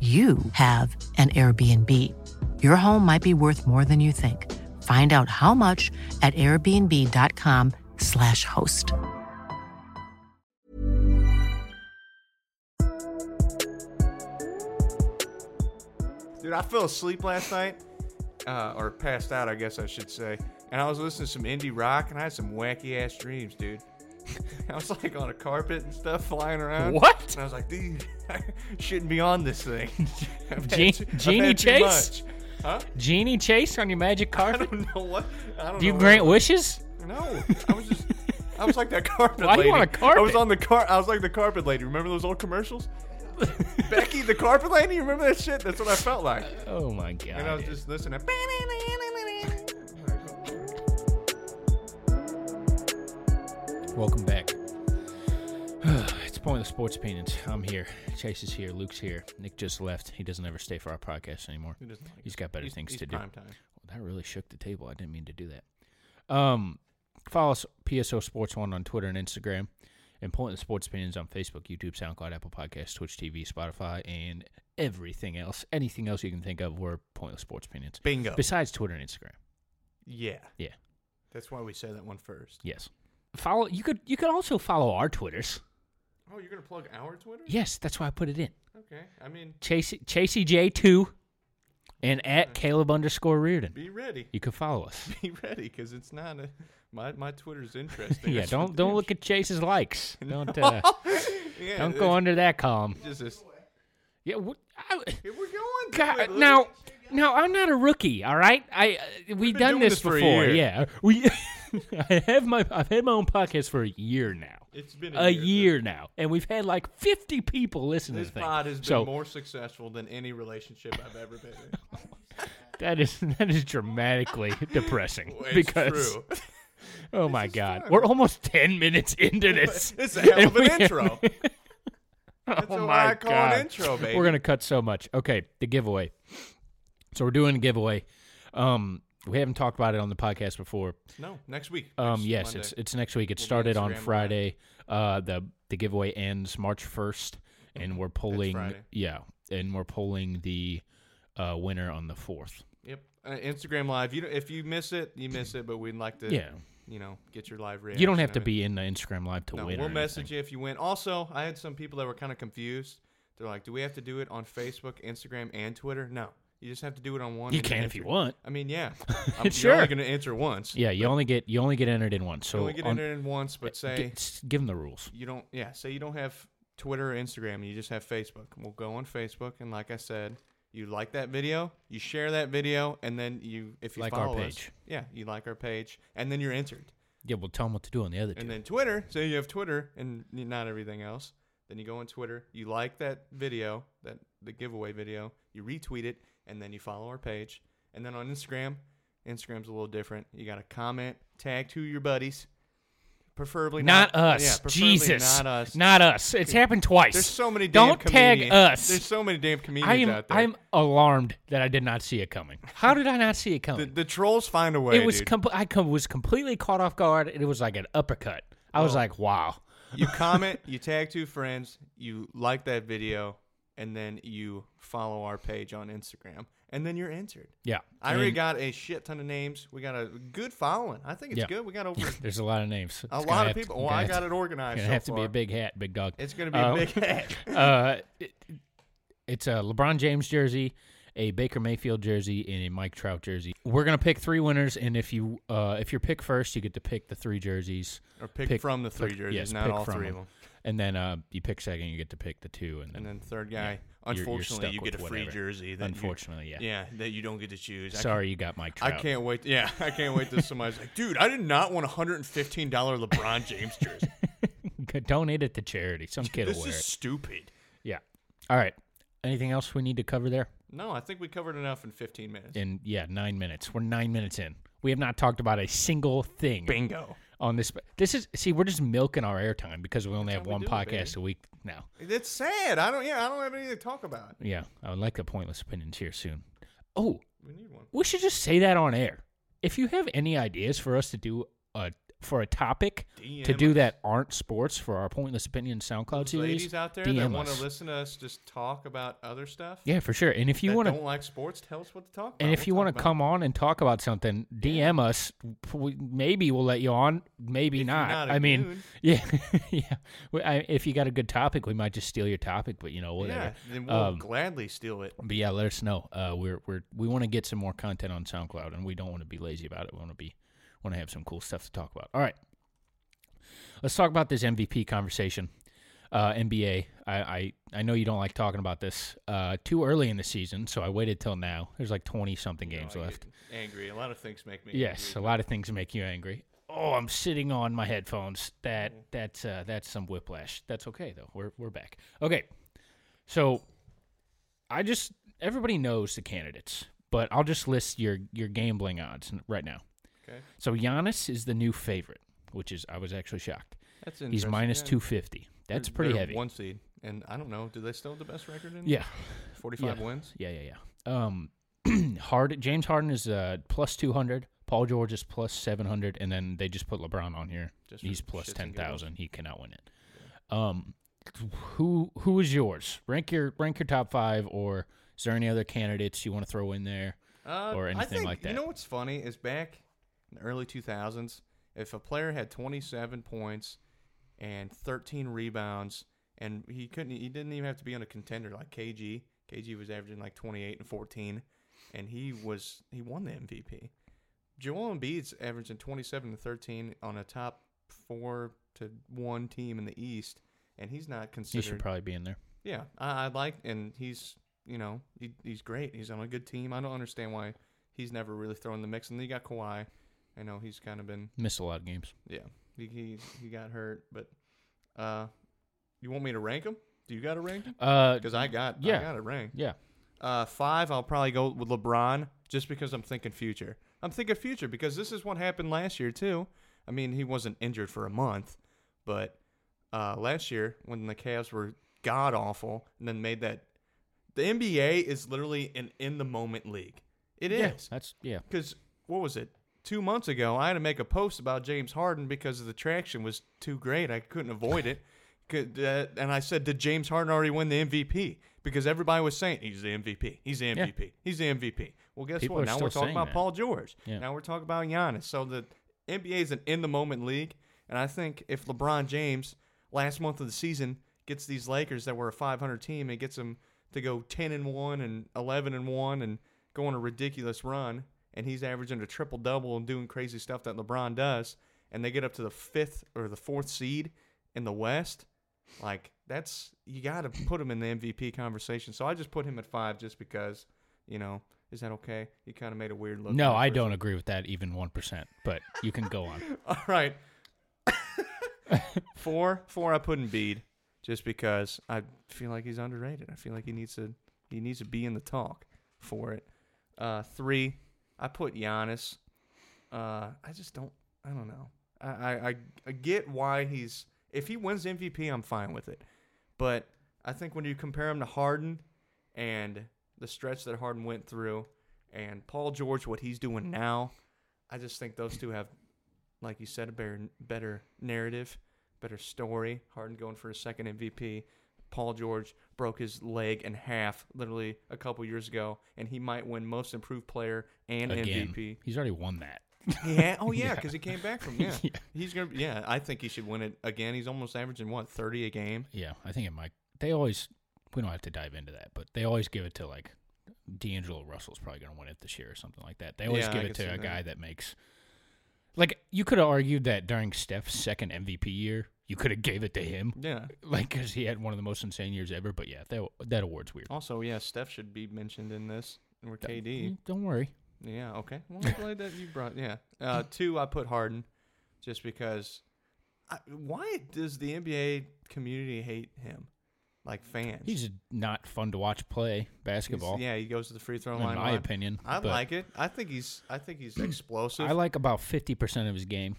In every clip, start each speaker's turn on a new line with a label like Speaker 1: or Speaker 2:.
Speaker 1: you have an Airbnb. Your home might be worth more than you think. Find out how much at airbnb.com/slash host.
Speaker 2: Dude, I fell asleep last night, uh, or passed out, I guess I should say. And I was listening to some indie rock, and I had some wacky ass dreams, dude. I was like on a carpet and stuff, flying around.
Speaker 3: What?
Speaker 2: And I was like, dude, I shouldn't be on this thing. I've had
Speaker 3: Gene-
Speaker 2: too- I've
Speaker 3: Genie
Speaker 2: had too
Speaker 3: Chase?
Speaker 2: much. Huh?
Speaker 3: Genie Chase on your magic
Speaker 2: I
Speaker 3: carpet?
Speaker 2: don't know what. I don't
Speaker 3: Do you
Speaker 2: know
Speaker 3: grant
Speaker 2: what-
Speaker 3: wishes?
Speaker 2: No, I was just. I was like that carpet
Speaker 3: Why you
Speaker 2: lady.
Speaker 3: on a
Speaker 2: I was
Speaker 3: carpet?
Speaker 2: on the car. I was like the carpet lady. Remember those old commercials? Becky the carpet lady. You remember that shit? That's what I felt like.
Speaker 3: Oh my god.
Speaker 2: And I was
Speaker 3: dude.
Speaker 2: just listening.
Speaker 3: Welcome back. it's Pointless Sports Opinions. I'm here. Chase is here. Luke's here. Nick just left. He doesn't ever stay for our podcast anymore. He
Speaker 2: doesn't like
Speaker 3: has got better
Speaker 2: He's-
Speaker 3: things
Speaker 2: he's
Speaker 3: to do.
Speaker 2: prime time.
Speaker 3: That really shook the table. I didn't mean to do that. Um, follow us PSO Sports One on Twitter and Instagram, and Pointless Sports Opinions on Facebook, YouTube, SoundCloud, Apple Podcasts, Twitch TV, Spotify, and everything else. Anything else you can think of, we're Pointless Sports Opinions.
Speaker 2: Bingo.
Speaker 3: Besides Twitter and Instagram.
Speaker 2: Yeah,
Speaker 3: Yeah.
Speaker 2: that's why we said that one first.
Speaker 3: Yes. Follow. You could. You could also follow our Twitters.
Speaker 2: Oh, you're gonna plug our Twitter?
Speaker 3: Yes, that's why I put it in.
Speaker 2: Okay. I mean,
Speaker 3: Chasey Chasey J two, and at Caleb underscore Reardon.
Speaker 2: be ready.
Speaker 3: You could follow us.
Speaker 2: Be ready, because it's not a my my Twitter's interesting.
Speaker 3: yeah.
Speaker 2: That's
Speaker 3: Don't
Speaker 2: what
Speaker 3: don't
Speaker 2: it
Speaker 3: look at Chase's likes. Don't uh,
Speaker 2: is. yeah,
Speaker 3: don't
Speaker 2: it's
Speaker 3: go under that column.
Speaker 2: Just this.
Speaker 3: Yeah. What, I,
Speaker 2: Hey, we're going. to it,
Speaker 3: God,
Speaker 2: Luke.
Speaker 3: now, now I'm not a rookie. All right, I uh, we
Speaker 2: been
Speaker 3: done
Speaker 2: doing
Speaker 3: this,
Speaker 2: this for a
Speaker 3: before.
Speaker 2: year.
Speaker 3: Yeah, we. I have my I've had my own podcast for a year now.
Speaker 2: It's been a
Speaker 3: a
Speaker 2: year,
Speaker 3: year,
Speaker 2: but-
Speaker 3: now, and we've had like 50 people listen
Speaker 2: This
Speaker 3: to the thing.
Speaker 2: pod has been
Speaker 3: so
Speaker 2: more successful than any relationship I've ever been in.
Speaker 3: that is that is dramatically depressing
Speaker 2: Well, It's
Speaker 3: because
Speaker 2: true.
Speaker 3: oh my god, we're almost 10 minutes into this.
Speaker 2: It's a hell
Speaker 3: and
Speaker 2: of an
Speaker 3: we-
Speaker 2: intro.
Speaker 3: oh
Speaker 2: what
Speaker 3: my
Speaker 2: I call an
Speaker 3: god,
Speaker 2: intro, baby.
Speaker 3: we're gonna cut so much. Okay, the giveaway. So we're doing a giveaway. Um, we haven't talked about it on the podcast before.
Speaker 2: No, next week.
Speaker 3: Um,
Speaker 2: next
Speaker 3: yes,
Speaker 2: Monday.
Speaker 3: it's it's next week. It
Speaker 2: We'll be
Speaker 3: started on
Speaker 2: Instagram live.
Speaker 3: Friday. Uh, the the giveaway ends March first, and we're polling.
Speaker 2: Friday.
Speaker 3: Yeah, and we're polling the uh, winner on the fourth.
Speaker 2: Yep. Uh, Instagram live. You don't- if you miss it, you miss it. But we'd like to,
Speaker 3: Yeah.
Speaker 2: you know, get your live reaction.
Speaker 3: You don't have to
Speaker 2: of it.
Speaker 3: be in the Instagram live to
Speaker 2: No,
Speaker 3: win.
Speaker 2: we'll
Speaker 3: or
Speaker 2: message
Speaker 3: anything.
Speaker 2: you if you win. Also, I had some people that were kind of confused. They're like, "Do we have to do it on Facebook, Instagram, and Twitter?" No, you just have to do it on one.
Speaker 3: You
Speaker 2: and then
Speaker 3: can if you
Speaker 2: enter-
Speaker 3: want.
Speaker 2: I mean, yeah, I'm,
Speaker 3: Sure.
Speaker 2: You're only going to enter once.
Speaker 3: Yeah, you only get you only get entered in once.
Speaker 2: you
Speaker 3: So
Speaker 2: only get
Speaker 3: on-
Speaker 2: entered in once, but say
Speaker 3: get- s- give them the rules.
Speaker 2: you don't. Yeah, say you don't have Twitter or Instagram, and you just have Facebook. We'll go on Facebook, and like I said. You like that video, you share that video, and then you, if you
Speaker 3: Like our
Speaker 2: follow us-
Speaker 3: page.
Speaker 2: yeah, you like our page, and then you're entered.
Speaker 3: Yeah, we'll tell them what to do on the other two.
Speaker 2: And then Twitter, say you have Twitter and not everything else. Then you go on Twitter, you like that video, that the giveaway video, you retweet it, and then you follow our page. And then on Instagram, Instagram's a little different. You got to comment, tag two of your buddies, Preferably
Speaker 3: Not,
Speaker 2: not,
Speaker 3: us.
Speaker 2: Yeah, preferably
Speaker 3: Jesus.
Speaker 2: Not us.
Speaker 3: us. It's happened twice.
Speaker 2: There's so many. Damn
Speaker 3: Don't tag
Speaker 2: comedians.
Speaker 3: us.
Speaker 2: There's so many damn comedians
Speaker 3: I am
Speaker 2: out there.
Speaker 3: I'm alarmed that I did not see it coming. How did I not see it
Speaker 2: the,
Speaker 3: coming?
Speaker 2: the trolls find a way.
Speaker 3: it was
Speaker 2: dude.
Speaker 3: com- I com- was completely caught off guard and it was like an uppercut. I was like, "Wow."
Speaker 2: you comment, you tag two friends, you like that video, and then you follow our page on Instagram, and then you're entered.
Speaker 3: Yeah.
Speaker 2: I
Speaker 3: mean,
Speaker 2: already got a shit ton of names. We got a good following. I think it's
Speaker 3: Yeah.
Speaker 2: good. We got over
Speaker 3: there's a lot of
Speaker 2: a
Speaker 3: names. It's gonna
Speaker 2: lot
Speaker 3: have
Speaker 2: of
Speaker 3: to-
Speaker 2: people.
Speaker 3: gonna
Speaker 2: well, I
Speaker 3: have
Speaker 2: got
Speaker 3: to-
Speaker 2: it organized.
Speaker 3: Gonna
Speaker 2: so
Speaker 3: have to be
Speaker 2: far.
Speaker 3: a big hat, big dog.
Speaker 2: It's gonna be
Speaker 3: Uh,
Speaker 2: a big hat.
Speaker 3: uh, it- it's a LeBron James jersey, a Baker Mayfield jersey, and a Mike Trout jersey. We're gonna pick three winners, and if you uh, if you're picked first, you get to pick the three jerseys,
Speaker 2: Or pick from the three jerseys,
Speaker 3: yes,
Speaker 2: not
Speaker 3: pick
Speaker 2: all
Speaker 3: from
Speaker 2: three of them.
Speaker 3: And then uh, you pick second, you get to pick the two, and then,
Speaker 2: And then third guy.
Speaker 3: you're- you're
Speaker 2: unfortunately,
Speaker 3: stuck
Speaker 2: you
Speaker 3: with
Speaker 2: get a free
Speaker 3: whatever.
Speaker 2: jersey. That you-
Speaker 3: Unfortunately, yeah.
Speaker 2: Yeah, that you don't get to choose. I
Speaker 3: Sorry, you got Mike
Speaker 2: I
Speaker 3: Trout.
Speaker 2: can't wait. Yeah, I can't wait till somebody's like, dude, I did not want a hundred and fifteen dollar LeBron James jersey.
Speaker 3: can't donate it to charity. Some kid
Speaker 2: this
Speaker 3: will wear
Speaker 2: is
Speaker 3: it.
Speaker 2: stupid.
Speaker 3: Yeah. All right. Anything else we need to cover there?
Speaker 2: No, I think we covered enough in fifteen minutes.
Speaker 3: In yeah, nine minutes. We're nine minutes in. We have not talked about a single thing.
Speaker 2: Bingo.
Speaker 3: on this. This is see, we're just milking our airtime because we only have
Speaker 2: how we
Speaker 3: one
Speaker 2: do it,
Speaker 3: podcast
Speaker 2: baby.
Speaker 3: a week now.
Speaker 2: It's sad. I don't. Yeah, I don't have anything to talk about.
Speaker 3: Yeah, I would like a pointless opinions here soon. Oh,
Speaker 2: We need one.
Speaker 3: we should just say that on air. If you have any ideas for us to do a for a topic to
Speaker 2: DM
Speaker 3: do
Speaker 2: us.
Speaker 3: that aren't sports for our pointless opinions SoundCloud
Speaker 2: Those
Speaker 3: series,
Speaker 2: ladies out there
Speaker 3: DM
Speaker 2: that want
Speaker 3: us.
Speaker 2: to listen to us just talk about other stuff.
Speaker 3: Yeah, for sure. And if you
Speaker 2: that
Speaker 3: want to
Speaker 2: don't like sports, tell us what to talk about.
Speaker 3: and if you want to come
Speaker 2: on,
Speaker 3: on and talk about something, DM us. We- Maybe we'll let you on. Maybe
Speaker 2: If you're
Speaker 3: not.
Speaker 2: not a
Speaker 3: I mean,
Speaker 2: dude.
Speaker 3: yeah, yeah. We- I, if you got a good topic, we might just steal your topic. But you know,
Speaker 2: yeah,
Speaker 3: whatever.
Speaker 2: then we'll
Speaker 3: Um,
Speaker 2: gladly steal it.
Speaker 3: but yeah, let us know. Uh, we're we're we want to get some more content on SoundCloud, and we don't want to be lazy about it. We want to be want to have some cool stuff to talk about. All right, let's talk about this MVP conversation. Uh, NBA. I, I I know you don't like talking about this uh, too early in the season, so I waited till now. There's like twenty something games
Speaker 2: I get
Speaker 3: left.
Speaker 2: Angry. A lot of things make me.
Speaker 3: Yes, a
Speaker 2: angry.
Speaker 3: lot of things make you angry. Oh, I'm sitting on my headphones. That
Speaker 2: Mm-hmm.
Speaker 3: that's uh, that's some whiplash. That's okay though. We're we're back. Okay, so I just everybody knows the candidates, but I'll just list your your gambling odds n- right now.
Speaker 2: Okay.
Speaker 3: So Giannis is the new favorite, which is I was actually shocked.
Speaker 2: That's
Speaker 3: He's
Speaker 2: interesting,
Speaker 3: minus
Speaker 2: yeah.
Speaker 3: two fifty. That's
Speaker 2: They're-
Speaker 3: pretty
Speaker 2: they're
Speaker 3: heavy.
Speaker 2: One seed, and I don't know. Do they still have the best record in?
Speaker 3: yeah,
Speaker 2: Forty-five
Speaker 3: yeah.
Speaker 2: wins.
Speaker 3: Yeah, yeah, yeah. Um, Hard James Harden is uh plus two hundred. Paul George is plus seven hundred, and then they just put LeBron on here.
Speaker 2: Just for
Speaker 3: He's plus
Speaker 2: shits and
Speaker 3: ten thousand.
Speaker 2: giggles.
Speaker 3: He cannot win it. Um, who who is yours? Rank your rank your top five, or is there any other candidates you want to throw in there?
Speaker 2: Uh,
Speaker 3: Or
Speaker 2: I
Speaker 3: anything
Speaker 2: think,
Speaker 3: like that.
Speaker 2: You know what's funny is back in the early two thousands, if a player had twenty-seven points and thirteen rebounds, and he couldn't, he didn't even have to be on a contender like KG. KG was averaging like twenty-eight and fourteen, and he was he won the MVP. Joel Embiid's averaging twenty-seven and thirteen on a top four to one team in the East, and he's not
Speaker 3: He
Speaker 2: considered.
Speaker 3: should probably be in there.
Speaker 2: Yeah, I, I like, and he's you know he, he's great. He's on a good team. I don't understand why he's never really thrown the mix. And then you got Kawhi. I know he's kind of been
Speaker 3: Missed a lot of games.
Speaker 2: yeah he he, he got hurt, but uh, you want me to rank him? Do you got to rank him?
Speaker 3: Uh,
Speaker 2: Because I got
Speaker 3: yeah.
Speaker 2: I got it ranked.
Speaker 3: yeah.
Speaker 2: Uh, five, I'll probably go with LeBron just because I'm thinking future. I'm thinking future because this is what happened last year, too. I mean, he wasn't injured for a month, but uh, last year when the Cavs were god awful and then made that. The NBA is literally an in the moment league. It
Speaker 3: yeah,
Speaker 2: is.
Speaker 3: That's yeah.
Speaker 2: Because, what was it? Two months ago, I had to make a post about James Harden because the traction was too great. I couldn't avoid it. Could, uh, and I said, Did James Harden already win the MVP? Because everybody was saying, He's the MVP. He's the
Speaker 3: Yeah.
Speaker 2: MVP. He's the MVP. Well, guess
Speaker 3: People are
Speaker 2: what? Now we're
Speaker 3: still
Speaker 2: talking
Speaker 3: saying
Speaker 2: about
Speaker 3: that.
Speaker 2: Paul George.
Speaker 3: Yeah.
Speaker 2: Now we're talking about Giannis. So the NBA is an in the moment league. And I think if LeBron James, last month of the season, gets these Lakers that were a 500 team and gets them to go 10 and 1 and 11 and 1 and go on a ridiculous run, and he's averaging a triple double and doing crazy stuff that LeBron does, and they get up to the fifth or the fourth seed in the West, like that's you got to put him in the MVP conversation. So I just put him at five just because, you know, is that okay? He kind of made a weird look.
Speaker 3: No,
Speaker 2: at
Speaker 3: I
Speaker 2: first.
Speaker 3: don't agree with that even one percent. But you can go on.
Speaker 2: All right, four, four. I put in Bede just because I feel like he's underrated. I feel like he needs to he needs to be in the talk for it. Uh, three, I put Giannis. Uh, I just don't. I don't know. I, I, I get why he's. If he wins MVP, I'm fine with it. But I think when you compare him to Harden and the stretch that Harden went through and Paul George, what he's doing now, I just think those two have, like you said, a better, better narrative, better story. Harden going for his second MVP. Paul George broke his leg in half literally a couple years ago, and he might win Most Improved Player and
Speaker 3: Again,
Speaker 2: MVP.
Speaker 3: he's already won that.
Speaker 2: Yeah. Oh yeah,
Speaker 3: Yeah.
Speaker 2: because he came back from yeah.
Speaker 3: Yeah.
Speaker 2: He's gonna. Yeah, I think he should win it again. He's almost averaging what thirty a game.
Speaker 3: Yeah, I think it might. They always. We don't have to dive into that, but they always give it to like D'Angelo Russell's probably going to win it this year or something like that. They always
Speaker 2: Yeah, I
Speaker 3: give
Speaker 2: could
Speaker 3: it
Speaker 2: see
Speaker 3: to a
Speaker 2: that.
Speaker 3: guy that makes. Like you could have argued that during Steph's second MVP year, you could have gave it to him,
Speaker 2: Yeah.
Speaker 3: like because he had one of the most insane years ever. But yeah, that that award's weird.
Speaker 2: Also, yeah, Steph should be mentioned in this. Or KD.
Speaker 3: Mm, Don't worry.
Speaker 2: Yeah. Okay. Well, I'm glad that you brought. Yeah. Uh, two, I put Harden, just because. I, why does the NBA community hate him? Like fans.
Speaker 3: He's not fun to watch play
Speaker 2: He's-
Speaker 3: basketball.
Speaker 2: yeah, he goes to the free throw
Speaker 3: In
Speaker 2: line. a
Speaker 3: my
Speaker 2: lot.
Speaker 3: opinion,
Speaker 2: I
Speaker 3: but-
Speaker 2: like it. I think he's. I think he's explosive.
Speaker 3: I like about fifty percent of his game,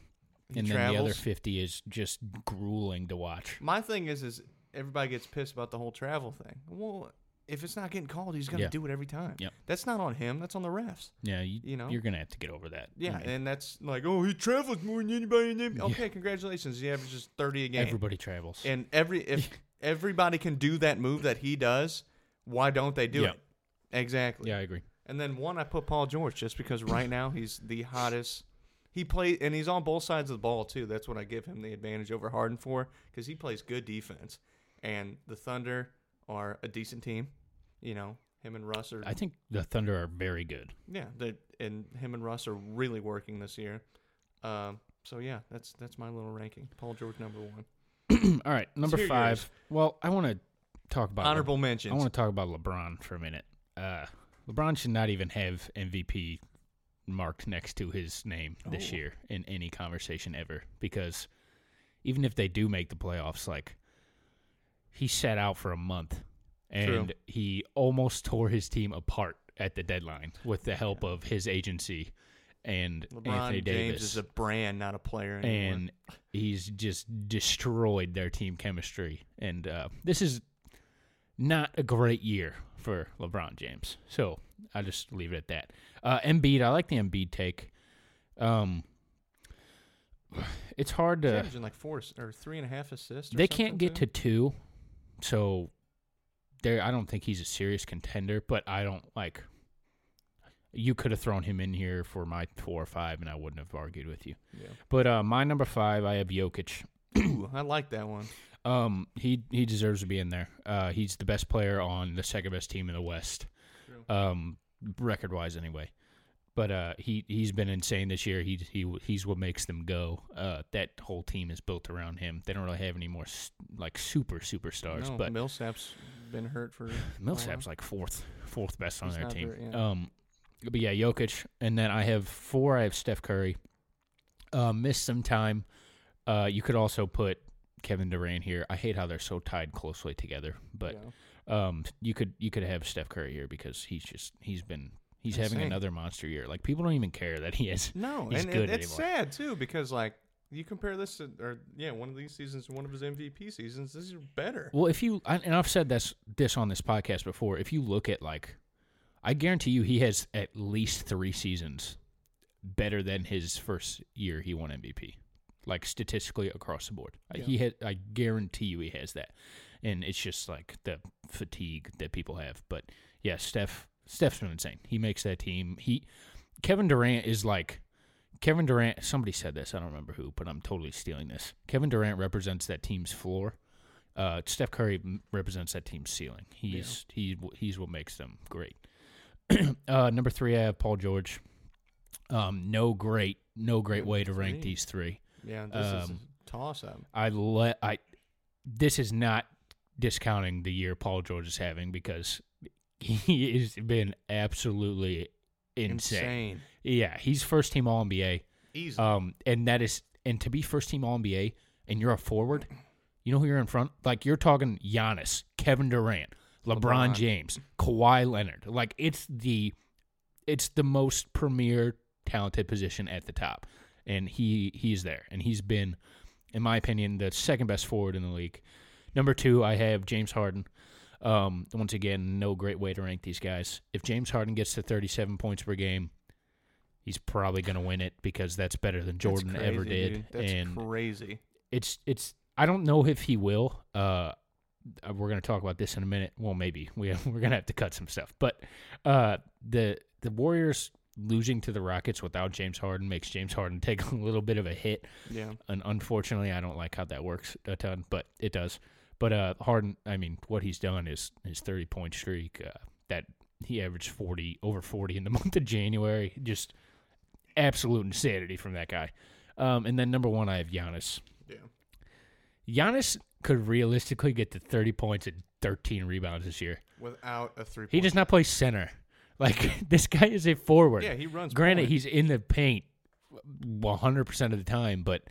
Speaker 2: He
Speaker 3: and then the other
Speaker 2: travels.
Speaker 3: fifty is just grueling to watch.
Speaker 2: My thing is, is everybody gets pissed about the whole travel thing. Well, if it's not getting called, he's gonna
Speaker 3: Yeah.
Speaker 2: do it every time.
Speaker 3: Yep.
Speaker 2: That's not on him. That's on the refs.
Speaker 3: Yeah, you,
Speaker 2: You know?
Speaker 3: you're gonna have to get over that. I
Speaker 2: Yeah,
Speaker 3: mean,
Speaker 2: and that's like, oh, he travels more than anybody. In the NBA. Okay, congratulations. He averages thirty a game.
Speaker 3: everybody travels.
Speaker 2: And every if everybody can do that move that he does, why don't they do
Speaker 3: Yeah.
Speaker 2: it? Exactly.
Speaker 3: yeah, I agree.
Speaker 2: And then one, I put Paul George just because right now he's the hottest. He plays, and he's on both sides of the ball too. That's what I give him the advantage over Harden for because he plays good defense. And the Thunder are a decent team. You know, him and Russ are
Speaker 3: I think the Thunder are very good.
Speaker 2: yeah, they and him and Russ are really working this year. Um, so yeah, that's that's my little ranking. Paul George number one.
Speaker 3: Hmm, All right, number
Speaker 2: hear
Speaker 3: five.
Speaker 2: yours.
Speaker 3: Well, I want to talk about
Speaker 2: Honorable mentions.
Speaker 3: I want to talk about LeBron for a minute. Uh, LeBron should not even have MVP marked next to his name this
Speaker 2: Oh.
Speaker 3: year in any conversation ever because even if they do make the playoffs, like he sat out for a month
Speaker 2: True.
Speaker 3: and he almost tore his team apart at the deadline with the help of his agency and
Speaker 2: LeBron
Speaker 3: Anthony
Speaker 2: James
Speaker 3: Davis
Speaker 2: is a brand, not a player anymore.
Speaker 3: and he's just destroyed their team chemistry. And uh, this is not a great year for LeBron James. So I'll just leave it at that. Uh, Embiid, I like the Embiid take. Um, it's hard
Speaker 2: He's
Speaker 3: to.
Speaker 2: averaging like four ass- or three and a half assists. or
Speaker 3: uh, They can't
Speaker 2: something,
Speaker 3: get
Speaker 2: too.
Speaker 3: to two, so there. I don't think he's a serious contender, but I don't like. You could have thrown him in here for my four or five, and I wouldn't have argued with you. But uh, my number five, I have Jokic.
Speaker 2: Ooh, I like that one.
Speaker 3: Um, he he deserves to be in there. Uh, he's the best player on the second best team in the West, um, record wise anyway. But uh, he he's been insane this year. He he he's what makes them go. Uh, that whole team is built around him. They don't really have any more s- like super superstars.
Speaker 2: No,
Speaker 3: but
Speaker 2: Millsap's been hurt for.
Speaker 3: Millsap's
Speaker 2: a while.
Speaker 3: like fourth, fourth best on
Speaker 2: He's
Speaker 3: their
Speaker 2: not
Speaker 3: team.
Speaker 2: very- yeah.
Speaker 3: Um, but yeah, Jokic, and then I have four. I have Steph Curry. Uh, missed some time. Uh, you could also put Kevin Durant here. I hate how they're so tied closely together, but um, you could you could have Steph Curry here because he's just he's been he's having
Speaker 2: Insane.
Speaker 3: another monster year. Like people don't even care that he is
Speaker 2: no,
Speaker 3: he's
Speaker 2: and,
Speaker 3: good
Speaker 2: and it's
Speaker 3: anymore.
Speaker 2: sad too because like you compare this to, or yeah, one of these seasons to one of his MVP seasons. These are better.
Speaker 3: Well, if you I- and I've said this this on this podcast before, if you look at like, I guarantee you he has at least three seasons better than his first year he won MVP, like statistically across the board. I He had I guarantee you he has that, and it's just like the fatigue that people have. But yeah, Steph Steph's been insane. He makes that team. He Kevin Durant is like. Kevin Durant, somebody said this, I don't remember who, but I'm totally stealing this. Kevin Durant represents that team's floor uh, Steph Curry m- represents that team's ceiling. He's he w he's what makes them great. uh, number three, I have Paul George. Um, no great, no great way to rank
Speaker 2: Three.
Speaker 3: these three.
Speaker 2: Yeah, this is
Speaker 3: um,
Speaker 2: a toss up.
Speaker 3: I let I. This is not discounting the year Paul George is having because he has been absolutely insane. Yeah, he's first team All NBA.
Speaker 2: Easy.
Speaker 3: Um, and that is, and to be first team All NBA, and you're a forward, you know who you're in front. Like you're talking Giannis, Kevin Durant, LeBron,
Speaker 2: LeBron.
Speaker 3: James, Kawhi Leonard. Like it's the, it's the most premier talented position at the top, and he he's there, and he's been, in my opinion, the second best forward in the league. Number two, I have James Harden. Um, once again, no great way to rank these guys. If James Harden gets to 37 points per game, he's probably going to win it because that's better than Jordan
Speaker 2: That's
Speaker 3: ever
Speaker 2: crazy,
Speaker 3: did.
Speaker 2: dude. That's
Speaker 3: and
Speaker 2: crazy.
Speaker 3: it's it's I don't know if he will. Uh, uh, we're gonna talk about this in a minute. Well, maybe we we're gonna have to cut some stuff. But uh, the the Warriors losing to the Rockets without James Harden makes James Harden take a little bit of a hit.
Speaker 2: Yeah.
Speaker 3: And unfortunately, I don't like how that works a ton, but it does. But uh, Harden, I mean, what he's done is his thirty point streak uh, that he averaged forty over forty in the month of January. Just absolute insanity from that guy. Um, and then number one, I have Giannis.
Speaker 2: Yeah.
Speaker 3: Giannis could realistically get to 30 points and 13 rebounds this year.
Speaker 2: Without a three.
Speaker 3: He does not play center. Like this guy is a forward.
Speaker 2: Yeah, he runs
Speaker 3: Granted,
Speaker 2: point.
Speaker 3: he's in the paint 100% of the time, but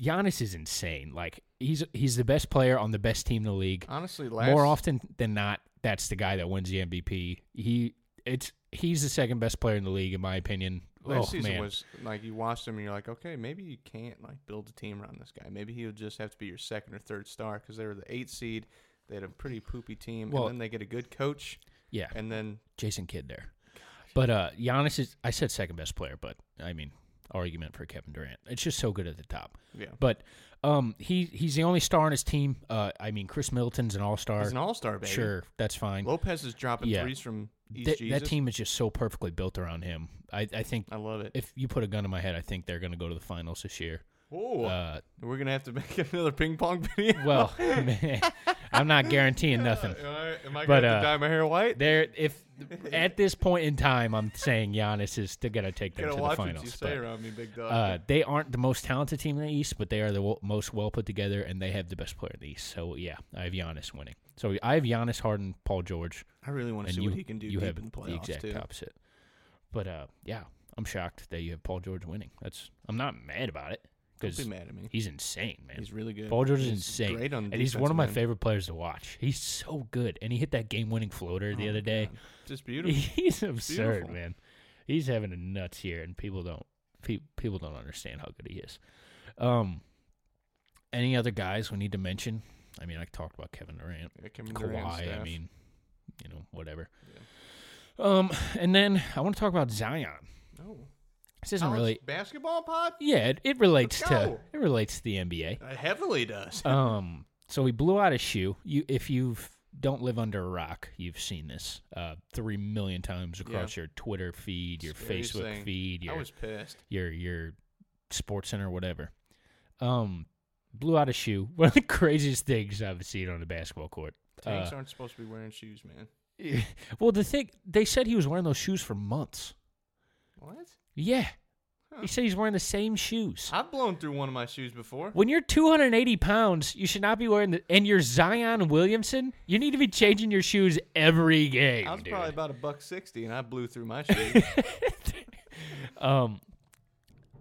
Speaker 3: Giannis is insane. Like he's he's the best player on the best team in the league.
Speaker 2: Honestly, last
Speaker 3: More often than not, that's the guy that wins the MVP. He it's he's the second best player in the league in my opinion.
Speaker 2: Last
Speaker 3: oh
Speaker 2: season
Speaker 3: man.
Speaker 2: was like you watched him and you're like, okay, maybe you can't like build a team around this guy. Maybe he'll just have to be your second or third star because they were the eight seed. They had a pretty poopy team,
Speaker 3: Well-
Speaker 2: and then they get a good coach,
Speaker 3: yeah.
Speaker 2: and then
Speaker 3: Jason Kidd there. But uh, Giannis is, I said second best player, but I mean, argument for Kevin Durant. It's just so good at the top.
Speaker 2: yeah,
Speaker 3: But um, he he's the only star on his team. Uh, I mean, Chris Middleton's an all star.
Speaker 2: he's an all star baby.
Speaker 3: Sure, that's fine.
Speaker 2: Lopez is dropping
Speaker 3: Yeah.
Speaker 2: threes from East
Speaker 3: Th-
Speaker 2: Jesus.
Speaker 3: that team is just so perfectly built around him. I, I think
Speaker 2: I love it.
Speaker 3: if you put a gun in my head, I think they're going to go to the finals this year.
Speaker 2: Oh,
Speaker 3: Uh,
Speaker 2: we're gonna have to make another ping pong video.
Speaker 3: well, I'm not guaranteeing nothing.
Speaker 2: am I, am I gonna
Speaker 3: But,
Speaker 2: have
Speaker 3: uh,
Speaker 2: to dye my hair white?
Speaker 3: There, if at this point in time, I'm saying Giannis is still going to take them
Speaker 2: Gotta
Speaker 3: to the
Speaker 2: watch
Speaker 3: finals.
Speaker 2: what you
Speaker 3: but-
Speaker 2: say around me, big dog.
Speaker 3: Uh, they aren't the most talented team in the East, but they are the w- most well put together, and they have the best player in the East. So yeah, I have Giannis winning. So I have Giannis, Harden, Paul George,
Speaker 2: I really want to
Speaker 3: and
Speaker 2: see
Speaker 3: you
Speaker 2: what he can do
Speaker 3: you
Speaker 2: deep
Speaker 3: have
Speaker 2: in the playoffs
Speaker 3: the exact
Speaker 2: too.
Speaker 3: opposite. But uh, yeah, I'm shocked that you have Paul George winning. That's I'm not mad about it
Speaker 2: Don't be
Speaker 3: because
Speaker 2: mad at me.
Speaker 3: he's insane, man.
Speaker 2: He's really good.
Speaker 3: Paul George is
Speaker 2: He's
Speaker 3: insane,
Speaker 2: great on
Speaker 3: and he's one of
Speaker 2: defensive
Speaker 3: my
Speaker 2: end.
Speaker 3: favorite players to watch. He's so good, and he hit that game winning floater the
Speaker 2: Oh,
Speaker 3: other day.
Speaker 2: God. Just beautiful.
Speaker 3: He's absurd,
Speaker 2: beautiful.
Speaker 3: man. He's having a nuts here, and people don't pe- people don't understand how good he is. Um, any other guys we need to mention? I mean, I talked about Kevin Durant,
Speaker 2: Yeah, Kevin Durant
Speaker 3: Kawhi. I
Speaker 2: staff.
Speaker 3: mean, you know, whatever. Um, and then I want to talk about Zion.
Speaker 2: Oh.
Speaker 3: This isn't
Speaker 2: College
Speaker 3: really,
Speaker 2: basketball pod?
Speaker 3: yeah. It, it relates to
Speaker 2: go.
Speaker 3: it relates to the NBA.
Speaker 2: It heavily does.
Speaker 3: um so he blew out his shoe you if you don't live under a rock you've seen this uh three million times across your twitter feed your
Speaker 2: Scary
Speaker 3: facebook
Speaker 2: thing.
Speaker 3: feed your
Speaker 2: I was pissed.
Speaker 3: your your sports center whatever um blew out a shoe one of the craziest things i've seen on a basketball court
Speaker 2: Tanks
Speaker 3: Uh,
Speaker 2: aren't supposed to be wearing shoes, man.
Speaker 3: well the thing they said he was wearing those shoes for months
Speaker 2: What?
Speaker 3: yeah
Speaker 2: Huh.
Speaker 3: he said he's wearing the same shoes
Speaker 2: I've blown through one of my shoes before.
Speaker 3: When you're 280 pounds, you should not be wearing the. And you're Zion Williamson. You need to be changing your shoes every game.
Speaker 2: I was
Speaker 3: dude.
Speaker 2: probably about a buck sixty, and I blew through my shoes.
Speaker 3: um,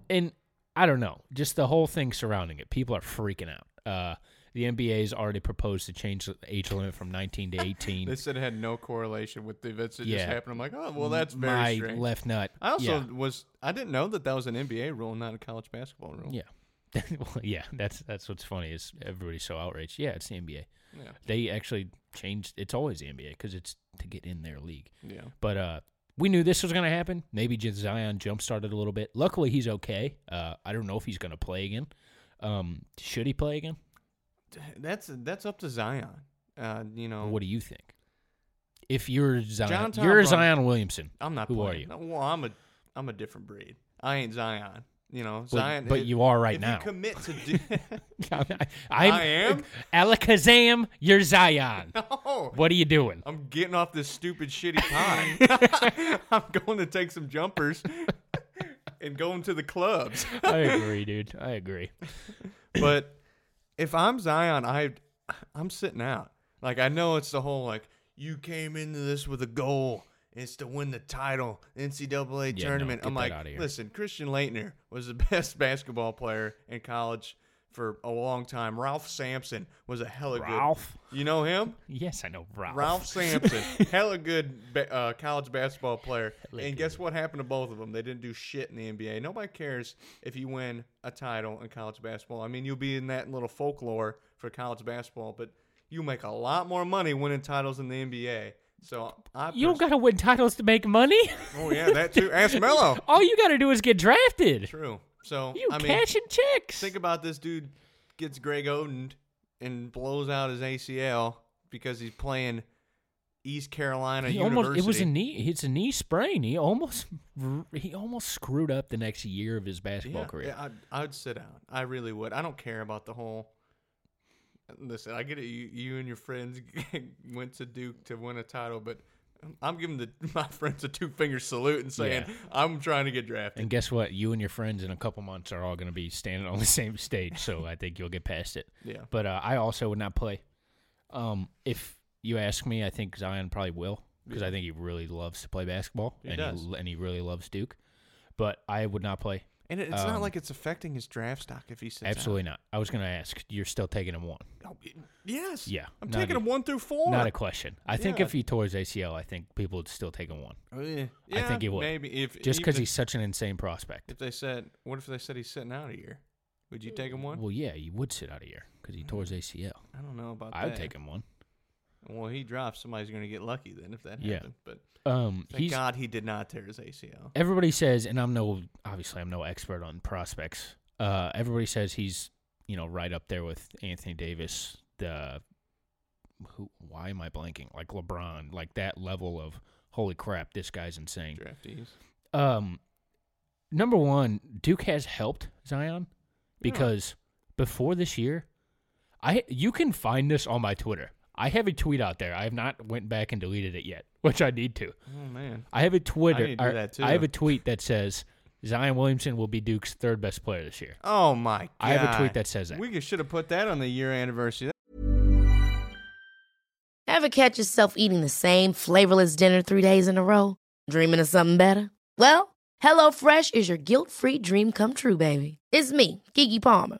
Speaker 3: and I don't know, just the whole thing surrounding it. People are freaking out. Uh, the NBA's already proposed to change the age limit from 19 to 18.
Speaker 2: they said it had no correlation with the events that
Speaker 3: Yeah.
Speaker 2: just happened. I'm like, oh, well, that's very
Speaker 3: my
Speaker 2: strange.
Speaker 3: left nut.
Speaker 2: I also
Speaker 3: yeah.
Speaker 2: was. I didn't know that that was an NBA rule, not a college basketball rule.
Speaker 3: Yeah. well, yeah, that's that's what's funny is everybody's so outraged. Yeah, it's the NBA.
Speaker 2: Yeah.
Speaker 3: They actually changed. It's always the NBA because it's to get in their league.
Speaker 2: Yeah.
Speaker 3: But uh, we knew this was going to happen. Maybe just Zion jump started a little bit. Luckily, he's okay. Uh, I don't know if he's going to play again. Um, should he play again?
Speaker 2: That's that's up to Zion. Uh, you know,
Speaker 3: What do you think? If you're Zion,
Speaker 2: John Tom
Speaker 3: you're
Speaker 2: Brun-
Speaker 3: Zion Williamson.
Speaker 2: I'm not.
Speaker 3: Who
Speaker 2: playing.
Speaker 3: are you?
Speaker 2: No, well, I'm a I'm a different breed. I ain't Zion. You know,
Speaker 3: But-
Speaker 2: Zion.
Speaker 3: but you are right
Speaker 2: if
Speaker 3: now.
Speaker 2: You commit to do.
Speaker 3: I,
Speaker 2: I am?
Speaker 3: Alakazam. You're Zion.
Speaker 2: no,
Speaker 3: What are you doing?
Speaker 2: Oh, I'm getting off this stupid shitty pine. I'm going to take some jumpers and going to the clubs.
Speaker 3: I agree, dude. I agree.
Speaker 2: But if I'm Zion, I I'm sitting out. Like I know it's the whole like you came into this with a goal. It's to win the title, NCAA
Speaker 3: Yeah, no,
Speaker 2: tournament.
Speaker 3: get
Speaker 2: I'm
Speaker 3: that
Speaker 2: like,
Speaker 3: outta here.
Speaker 2: listen, Christian Leitner was the best basketball player in college for a long time. Ralph Sampson was a hella
Speaker 3: Ralph.
Speaker 2: good. You know him?
Speaker 3: Yes, I know Ralph.
Speaker 2: Ralph Sampson, hella good ba- uh, college basketball player. and guess what happened to both of them? They didn't do shit in the NBA. Nobody cares if you win a title in college basketball. I mean, you'll be in that little folklore for college basketball, but you make a lot more money winning titles in the NBA. So I
Speaker 3: You don't
Speaker 2: pers-
Speaker 3: gotta win titles to make money.
Speaker 2: Oh yeah, that too. Ask Mello.
Speaker 3: All you gotta do is get drafted.
Speaker 2: True. So
Speaker 3: You
Speaker 2: I mean,
Speaker 3: cashing checks.
Speaker 2: think about this dude gets Greg Oden and blows out his ACL because he's playing East Carolina
Speaker 3: he
Speaker 2: University.
Speaker 3: almost it was a knee. It's a knee sprain. He almost he almost screwed up the next year of his basketball
Speaker 2: Yeah,
Speaker 3: career.
Speaker 2: yeah, I'd, I'd sit out. I really would. I don't care about the whole. Listen, I get it. You, you and your friends went to Duke to win a title, but I'm giving the, my friends a two finger salute and saying
Speaker 3: Yeah.
Speaker 2: I'm trying to get drafted.
Speaker 3: And guess what? You and your friends in a couple months are all going to be standing on the same stage, so I think you'll get past it.
Speaker 2: Yeah.
Speaker 3: But uh, I also would not play. Um, if you ask me, I think Zion probably will because I think he really loves to play basketball
Speaker 2: He
Speaker 3: and
Speaker 2: does.
Speaker 3: He, and he really loves Duke. But I would not play.
Speaker 2: And it, it's
Speaker 3: Um,
Speaker 2: not like it's affecting his draft stock if he sits out.
Speaker 3: Absolutely not. I was going to ask. You're still taking him one?
Speaker 2: Oh, it- yes.
Speaker 3: Yeah,
Speaker 2: I'm
Speaker 3: not
Speaker 2: taking
Speaker 3: a-
Speaker 2: him one through four.
Speaker 3: Not a question. I think
Speaker 2: Yeah.
Speaker 3: if he tore his ACL, I think people would still take him one.
Speaker 2: Oh, yeah.
Speaker 3: I think
Speaker 2: Yeah,
Speaker 3: he would.
Speaker 2: Maybe if
Speaker 3: just
Speaker 2: even
Speaker 3: because
Speaker 2: if-
Speaker 3: he's such an insane prospect.
Speaker 2: If they said, what if they said he's sitting out a year? Would you take him one? Mm.
Speaker 3: Well, yeah, he would sit out a year because he tore his ACL.
Speaker 2: I don't know about
Speaker 3: I would
Speaker 2: that.
Speaker 3: take him one.
Speaker 2: Well, he drops. Somebody's going to get lucky then if that
Speaker 3: Yeah.
Speaker 2: happened. But
Speaker 3: Um,
Speaker 2: thank
Speaker 3: he's
Speaker 2: God he did not tear his ACL.
Speaker 3: everybody says, and I'm no obviously I'm no expert on prospects. Uh, everybody says he's you know right up there with Anthony Davis. The who? Why am I blanking? Like LeBron, like that level of holy crap, this guy's insane.
Speaker 2: Draftees.
Speaker 3: Um, number one, Duke has helped Zion because before this year, I you can find this on my Twitter. I have a tweet out there. I have not went back and deleted it yet, which I need to.
Speaker 2: Oh, man.
Speaker 3: I have a Twitter.
Speaker 2: need to do
Speaker 3: or
Speaker 2: that,
Speaker 3: I have
Speaker 2: too.
Speaker 3: a tweet that says Zion Williamson will be Duke's third best player this year.
Speaker 2: Oh, my God.
Speaker 3: I have a tweet that says that.
Speaker 2: We could- should have put that on the year anniversary.
Speaker 4: Ever catch yourself eating the same flavorless dinner three days in a row? Dreaming of something better? Well, HelloFresh is your guilt free dream come true, baby. It's me, Kiki Palmer.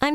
Speaker 5: I'm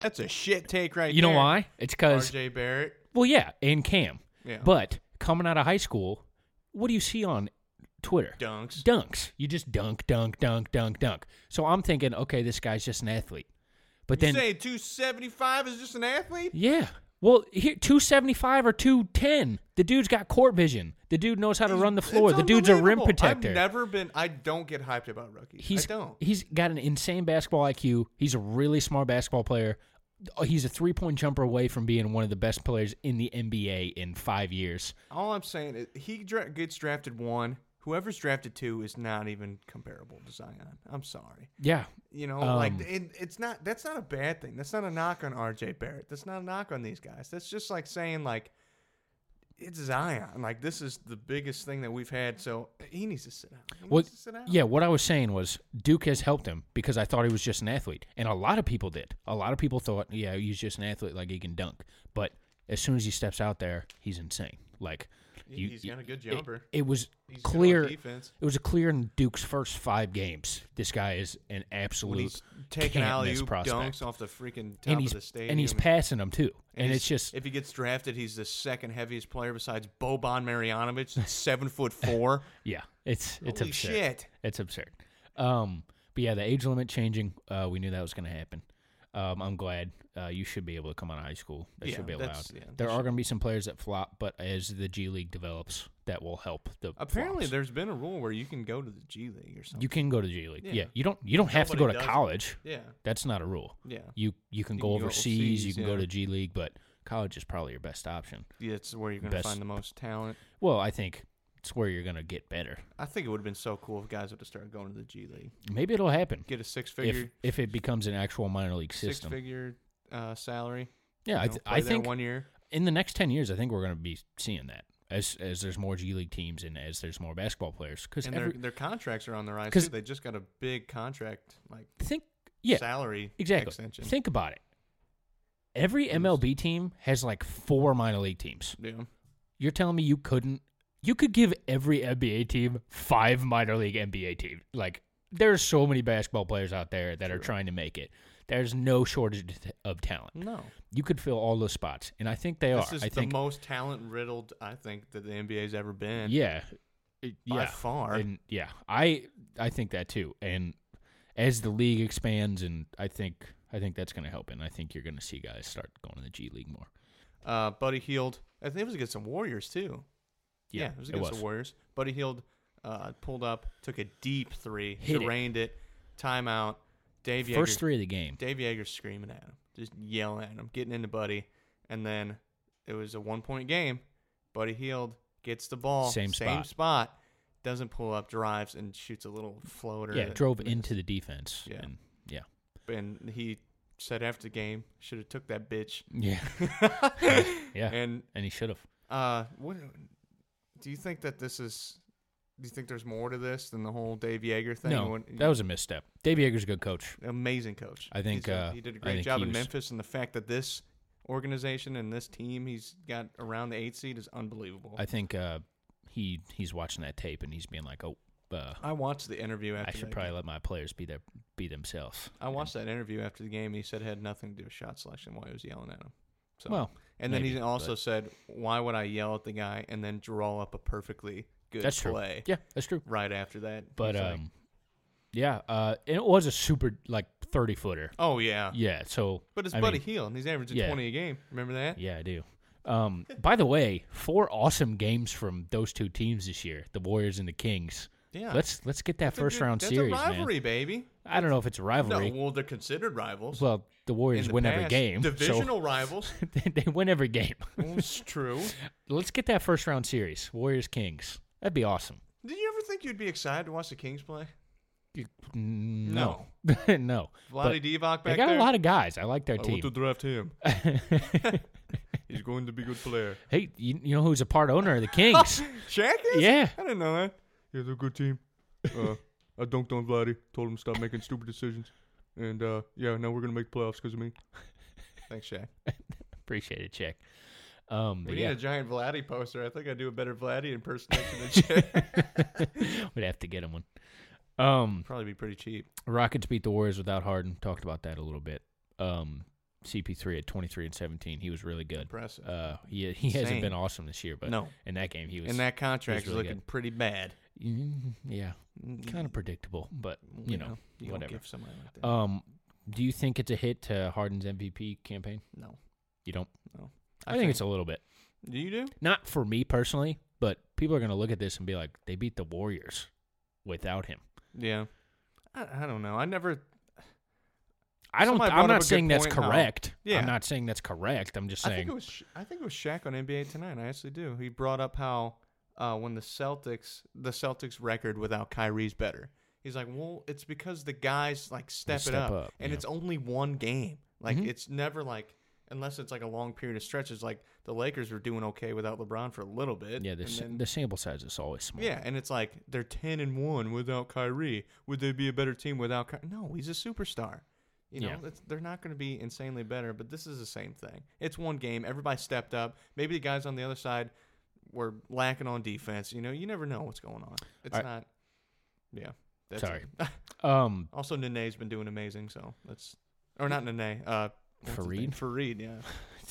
Speaker 2: That's a shit take right
Speaker 3: you know
Speaker 2: there.
Speaker 3: why? It's because
Speaker 2: RJ Barrett.
Speaker 3: well, yeah, and Cam.
Speaker 2: Yeah.
Speaker 3: But coming out of high school, what do you see on Twitter?
Speaker 2: Dunks.
Speaker 3: dunks. You just dunk, dunk, dunk, dunk, dunk. So I'm thinking, okay, this guy's just an athlete. But
Speaker 2: you
Speaker 3: then,
Speaker 2: saying 275 is just an athlete?
Speaker 3: yeah. Well, here, 275 or 210. The dude's got court vision. The dude knows how to run the
Speaker 2: It's
Speaker 3: floor. The dude's a rim
Speaker 2: unbelievable.
Speaker 3: protector.
Speaker 2: I've never been. I don't get hyped about rookies.
Speaker 3: he's
Speaker 2: I don't.
Speaker 3: he's got an insane basketball IQ. He's a really smart basketball player. Uh, He's a three point jumper away from being one of the best players in the NBA in five years.
Speaker 2: All I'm saying is he dra- gets drafted one. Whoever's drafted two is not even comparable to Zion. I'm sorry.
Speaker 3: Yeah,
Speaker 2: You know,
Speaker 3: Um,
Speaker 2: like it, it's not. That's not a bad thing. That's not a knock on R.J. Barrett. That's not a knock on these guys. That's just like saying like it's Zion. Like this is the biggest thing that we've had. So he needs to sit out. He
Speaker 3: What,
Speaker 2: needs to sit out.
Speaker 3: yeah, what I was saying was Duke has helped him because I thought he was just an athlete. And a lot of people did. A lot of people thought, yeah, he's just an athlete, like he can dunk. But as soon as he steps out there, he's insane. Like
Speaker 2: He- he's got a good
Speaker 3: it-
Speaker 2: jumper.
Speaker 3: It, was
Speaker 2: He's good on
Speaker 3: clear.
Speaker 2: defense.
Speaker 3: It was a clear in Duke's first five games. This guy is an absolute
Speaker 2: When he's taking
Speaker 3: can't
Speaker 2: alley
Speaker 3: miss
Speaker 2: oop
Speaker 3: prospect.
Speaker 2: dunks off the freaking top
Speaker 3: and he's
Speaker 2: of the stadium,
Speaker 3: and he's passing them too. And,
Speaker 2: he's-
Speaker 3: it's just
Speaker 2: if he gets drafted, he's the second heaviest player besides Boban Marjanovic, that's seven foot four.
Speaker 3: Yeah, it's it's
Speaker 2: Holy
Speaker 3: absurd.
Speaker 2: shit.
Speaker 3: It's absurd. Um, but yeah, the age limit changing. Uh, we knew that was going to happen. Um, I'm glad uh, you should be able to come out of high school. That
Speaker 2: Yeah,
Speaker 3: should be allowed.
Speaker 2: that's- yeah, that
Speaker 3: there are
Speaker 2: should-
Speaker 3: going to be some players that flop, but as the G League develops, that will help the.
Speaker 2: Apparently,
Speaker 3: flops.
Speaker 2: there's been a rule where you can go to the G League or something.
Speaker 3: you can go to G League. Yeah.
Speaker 2: Yeah.
Speaker 3: you don't you don't have to go to
Speaker 2: Nobody does it.
Speaker 3: college.
Speaker 2: yeah,
Speaker 3: That's not a rule.
Speaker 2: Yeah.
Speaker 3: you you can
Speaker 2: You
Speaker 3: go
Speaker 2: can go
Speaker 3: overseas, You
Speaker 2: overseas,
Speaker 3: can go
Speaker 2: yeah.
Speaker 3: to G League, but college is probably your best option.
Speaker 2: yeah, it's where you're gonna
Speaker 3: Best-
Speaker 2: find the most talent.
Speaker 3: Well, I think it's where you're gonna get better.
Speaker 2: I think it would have been so cool if guys would have started going to the G League,
Speaker 3: Maybe it'll happen
Speaker 2: get a six
Speaker 3: if
Speaker 2: figure,
Speaker 3: if it becomes an actual minor league
Speaker 2: six
Speaker 3: system.
Speaker 2: figure uh, salary.
Speaker 3: Yeah, I,
Speaker 2: you
Speaker 3: th-
Speaker 2: know, play
Speaker 3: I
Speaker 2: there
Speaker 3: think
Speaker 2: one year.
Speaker 3: in the next 10 years, I think we're going to be seeing that as as there's more G League teams and as there's more basketball players. Because
Speaker 2: And
Speaker 3: every
Speaker 2: their, their contracts are on the rise
Speaker 3: 'Cause-
Speaker 2: too. They just got a big contract, like
Speaker 3: think, yeah,
Speaker 2: salary
Speaker 3: exactly.
Speaker 2: extension.
Speaker 3: Think about it. Every MLB team has like four minor league teams.
Speaker 2: yeah.
Speaker 3: You're telling me you couldn't? You could give every NBA team five minor league NBA team. Like there's so many basketball players out there that are trying to make it. There's no shortage of talent.
Speaker 2: No,
Speaker 3: You could fill all those spots, and I think they
Speaker 2: this
Speaker 3: are.
Speaker 2: is
Speaker 3: I
Speaker 2: the
Speaker 3: think
Speaker 2: most talent riddled I think that the NBA's ever been.
Speaker 3: yeah, It-
Speaker 2: by
Speaker 3: yeah,
Speaker 2: far.
Speaker 3: and yeah, I I think that too. And as the league expands, and I think I think that's going to help, and I think you're going to see guys start going to the G League more.
Speaker 2: Uh, Buddy Healed. I think it was against the Warriors too. Yeah, it was against the Warriors. Buddy Healed uh, pulled up, took a deep three,
Speaker 3: Hit it.
Speaker 2: drained it. timeout. Dave Yeager,
Speaker 3: First three of the game.
Speaker 2: Dave Yeager screaming at him, just yelling at him, getting into Buddy, and then it was a one point game. Buddy Healed gets the ball,
Speaker 3: Same spot.
Speaker 2: spot, doesn't pull up, drives and shoots a little floater.
Speaker 3: Yeah,
Speaker 2: that
Speaker 3: drove
Speaker 2: missed.
Speaker 3: into the defense.
Speaker 2: Yeah.
Speaker 3: and, yeah,
Speaker 2: and he said after the game, should have took that bitch.
Speaker 3: yeah, yeah. And,
Speaker 2: And
Speaker 3: he should have.
Speaker 2: Uh, what, do you think that this is? Do you think there's more to this than the whole Dave Yeager thing?
Speaker 3: No,
Speaker 2: When-
Speaker 3: that was a misstep. Dave Yeager's a good coach.
Speaker 2: amazing coach.
Speaker 3: I think,
Speaker 2: He's a-
Speaker 3: uh,
Speaker 2: he did a
Speaker 3: I
Speaker 2: great
Speaker 3: think
Speaker 2: job
Speaker 3: he
Speaker 2: in
Speaker 3: was-
Speaker 2: Memphis, and the fact that this organization and this team he's got around the eight seed is unbelievable.
Speaker 3: I think uh, he he's watching that tape and he's being like, oh, uh,
Speaker 2: I watched the interview after.
Speaker 3: I should
Speaker 2: that
Speaker 3: probably
Speaker 2: game.
Speaker 3: let my players be their be themselves.
Speaker 2: I watched that interview after the game. and He said it had nothing to do with shot selection. Why he was yelling at him. So,
Speaker 3: Well,
Speaker 2: and then
Speaker 3: maybe,
Speaker 2: he also
Speaker 3: but-
Speaker 2: said, "Why would I yell at the guy and then draw up a perfectly good
Speaker 3: that's
Speaker 2: play?"
Speaker 3: true. Yeah, that's true.
Speaker 2: Right after that,
Speaker 3: But
Speaker 2: He's
Speaker 3: um,
Speaker 2: like,
Speaker 3: yeah, uh, and it was a super like thirty footer.
Speaker 2: oh yeah,
Speaker 3: Yeah, so
Speaker 2: But it's
Speaker 3: I
Speaker 2: Buddy
Speaker 3: mean,
Speaker 2: Heel, and he's averaging
Speaker 3: yeah.
Speaker 2: 20 a game. Remember that?
Speaker 3: yeah, I do. Um, by the way, four awesome games from those two teams this year, the Warriors and the Kings.
Speaker 2: Yeah.
Speaker 3: let's let's get that
Speaker 2: That's a
Speaker 3: first
Speaker 2: good-
Speaker 3: round
Speaker 2: that's
Speaker 3: series,
Speaker 2: a rivalry,
Speaker 3: man.
Speaker 2: baby.
Speaker 3: I don't know if it's a rivalry.
Speaker 2: No, well, they're considered rivals.
Speaker 3: well, the
Speaker 2: in
Speaker 3: Warriors
Speaker 2: the
Speaker 3: win every
Speaker 2: past,
Speaker 3: game, so-
Speaker 2: Divisional rivals.
Speaker 3: they, they win every game.
Speaker 2: Well, it's true.
Speaker 3: let's get that first round series, Warriors Kings. That'd be awesome.
Speaker 2: Did you ever think you'd be excited to watch the Kings play?
Speaker 3: You- No, no.
Speaker 2: Vlade
Speaker 3: But
Speaker 2: Divac back
Speaker 3: They got
Speaker 2: there. Oh,
Speaker 3: a lot of guys. I like their
Speaker 2: I want to
Speaker 3: team.
Speaker 2: draft him. He's going to be a good player.
Speaker 3: Hey, you, you know who's a part owner of the Kings?
Speaker 2: Shaq is?
Speaker 3: Yeah.
Speaker 2: I didn't know that. Yeah, they're a good team. Uh, I dunked on Vladdy, told him to stop making stupid decisions. And uh, yeah, now we're going to make playoffs because of me. Thanks, Shaq.
Speaker 3: Appreciate it, check. Um,
Speaker 2: We
Speaker 3: but
Speaker 2: need
Speaker 3: yeah,
Speaker 2: a giant Vladdy poster. I think I do a better Vladdy impersonation than Jay.
Speaker 3: we'd have to get him one. Um,
Speaker 2: Probably be pretty cheap.
Speaker 3: Rockets beat the Warriors without Harden. Talked about that a little bit. Um, CP3 at 23 and 17, he was really good.
Speaker 2: Impressive.
Speaker 3: Uh, he he hasn't
Speaker 2: Insane.
Speaker 3: been awesome this year, but
Speaker 2: No.
Speaker 3: in that game he was.
Speaker 2: and that contract
Speaker 3: he's
Speaker 2: is
Speaker 3: really
Speaker 2: looking
Speaker 3: good.
Speaker 2: pretty bad.
Speaker 3: Mm, yeah, kind of predictable, but you know,
Speaker 2: mm, you
Speaker 3: whatever.
Speaker 2: Don't give somebody like that.
Speaker 3: Um, do you think it's a hit to Harden's MVP campaign?
Speaker 2: no,
Speaker 3: You don't.
Speaker 2: no.
Speaker 3: I, think, it's a little bit.
Speaker 2: Do you do?
Speaker 3: Not for me personally, but people are going to look at this and be like, they beat the Warriors without him.
Speaker 2: Yeah. I, I don't know. I never.
Speaker 3: I don't.
Speaker 2: Somebody brought up
Speaker 3: I'm
Speaker 2: a
Speaker 3: not
Speaker 2: good
Speaker 3: saying that's
Speaker 2: point how-
Speaker 3: correct.
Speaker 2: Yeah.
Speaker 3: I'm not saying that's correct. I'm just
Speaker 2: I think
Speaker 3: saying.
Speaker 2: it was. Sh- I think it was Shaq on NBA Tonight. I actually do. He brought up how uh, when the Celtics, the Celtics record without Kyrie's better. He's like, well, it's because the guys like step
Speaker 3: step
Speaker 2: it up,
Speaker 3: up,
Speaker 2: and
Speaker 3: yeah.
Speaker 2: it's only one game. Like
Speaker 3: Mhm.
Speaker 2: it's never like unless it's like a long period of stretches. Like the Lakers were doing okay without LeBron for a little bit.
Speaker 3: yeah, the,
Speaker 2: and
Speaker 3: s-
Speaker 2: then-
Speaker 3: the sample size is always small.
Speaker 2: yeah, and it's like they're ten and one without Kyrie. Would they be a better team without? Ky- no, he's a superstar. You know,
Speaker 3: Yeah.
Speaker 2: that's- they're not going to be insanely better, but this is the same thing. It's one game. Everybody stepped up. Maybe the guys on the other side were lacking on defense. You know, you never know what's going on. It's
Speaker 3: All right.
Speaker 2: not. Yeah. That's
Speaker 3: Sorry.
Speaker 2: it.
Speaker 3: Um,
Speaker 2: also, Nene's been doing amazing, so that's or not Nene. Uh, what's his
Speaker 3: Fareed?
Speaker 2: name? Fareed, yeah.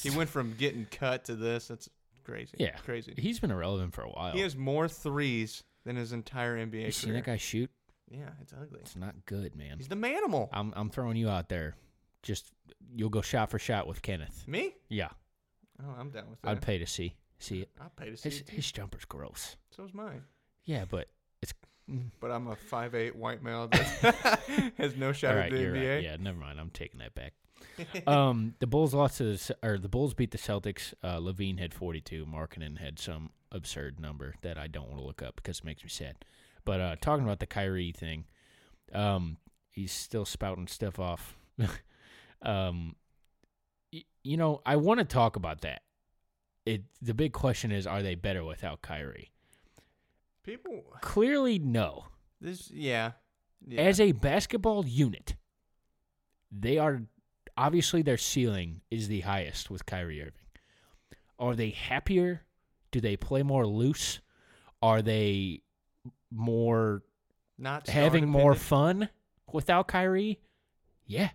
Speaker 2: he went from getting cut to this. That's crazy.
Speaker 3: yeah,
Speaker 2: crazy.
Speaker 3: He's been irrelevant for a while.
Speaker 2: He has more threes than his entire NBA
Speaker 3: You seen
Speaker 2: career.
Speaker 3: that guy shoot?
Speaker 2: Yeah, it's ugly.
Speaker 3: It's not good, man.
Speaker 2: He's the manimal.
Speaker 3: I'm I'm throwing you out there. Just you'll go shot for shot with Kenneth.
Speaker 2: Me?
Speaker 3: Yeah,
Speaker 2: Oh, I'm down with that.
Speaker 3: I'd pay to see. see it.
Speaker 2: I paid to see
Speaker 3: His,
Speaker 2: it. Too.
Speaker 3: his jumper's gross.
Speaker 2: So was mine.
Speaker 3: Yeah, but it's mm.
Speaker 2: But I'm a 5'8 white male that has no shot
Speaker 3: all
Speaker 2: at
Speaker 3: right.
Speaker 2: the
Speaker 3: You're
Speaker 2: NBA.
Speaker 3: right. Yeah, never mind. I'm taking that back. um, the Bulls lost to the, Ce- or the Bulls beat the Celtics. Uh, Levine had 42. Markkinen had some absurd number that I don't want to look up because it makes me sad. But uh, talking about the Kyrie thing, um, he's still spouting stuff off. um, y- you know, I want to talk about that. It the big question is, are they better without Kyrie?
Speaker 2: People,
Speaker 3: Clearly, no.
Speaker 2: this, yeah. yeah.
Speaker 3: as a basketball unit, they are obviously their ceiling is the highest with Kyrie Irving. Are they happier? Do they play more loose? Are they more
Speaker 2: not star
Speaker 3: having more
Speaker 2: dependent.
Speaker 3: fun without Kyrie? Yeah.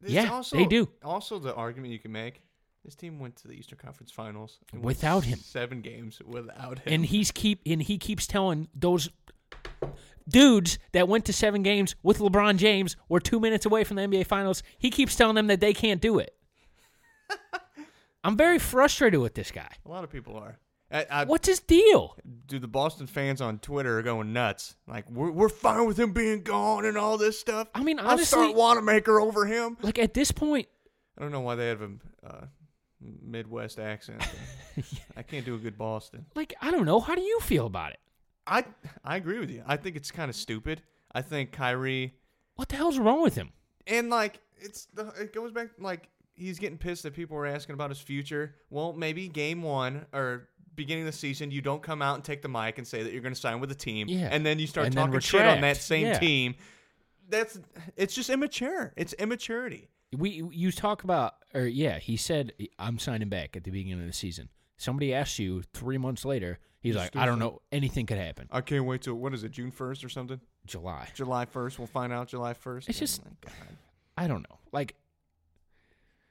Speaker 2: There's
Speaker 3: Yeah, they do.
Speaker 2: Also, the argument you can make: this team went to the Eastern Conference Finals and won
Speaker 3: Without him.
Speaker 2: Seven games without him.
Speaker 3: And he's keep and he keeps telling those dudes that went to seven games with LeBron James were two minutes away from the NBA Finals. He keeps telling them that they can't do it. I'm very frustrated with this guy.
Speaker 2: a lot of people are. I, I,
Speaker 3: What's his deal?
Speaker 2: Dude, the Boston fans on Twitter are going nuts. Like, we're, we're fine with him being gone and all this stuff.
Speaker 3: I mean,
Speaker 2: I'll
Speaker 3: honestly-
Speaker 2: start Wanamaker over him.
Speaker 3: Like at this point,
Speaker 2: I don't know why they have a uh, Midwest accent. I can't do a good Boston.
Speaker 3: like I don't know. How do you feel about it?
Speaker 2: I I agree with you. I think it's kind of stupid. I think Kyrie
Speaker 3: What the hell's wrong with him?
Speaker 2: and like it's the, it goes back like he's getting pissed that people were asking about his future. Well, maybe game one or beginning of the season, you don't come out and take the mic and say that you're going to sign with a team,
Speaker 3: Yeah.
Speaker 2: and then you start
Speaker 3: And then
Speaker 2: talking shit on that
Speaker 3: retract.
Speaker 2: same
Speaker 3: Yeah.
Speaker 2: team. That's it's just immature. It's immaturity.
Speaker 3: We you talk about or yeah, he said I'm signing back at the beginning of the season. Somebody asks you three months later, he's like, I don't know, anything could happen.
Speaker 2: I can't wait till what is it, June first or something?
Speaker 3: July.
Speaker 2: July first. We'll find out July first. Oh
Speaker 3: It's just-
Speaker 2: my God.
Speaker 3: I don't know. Like,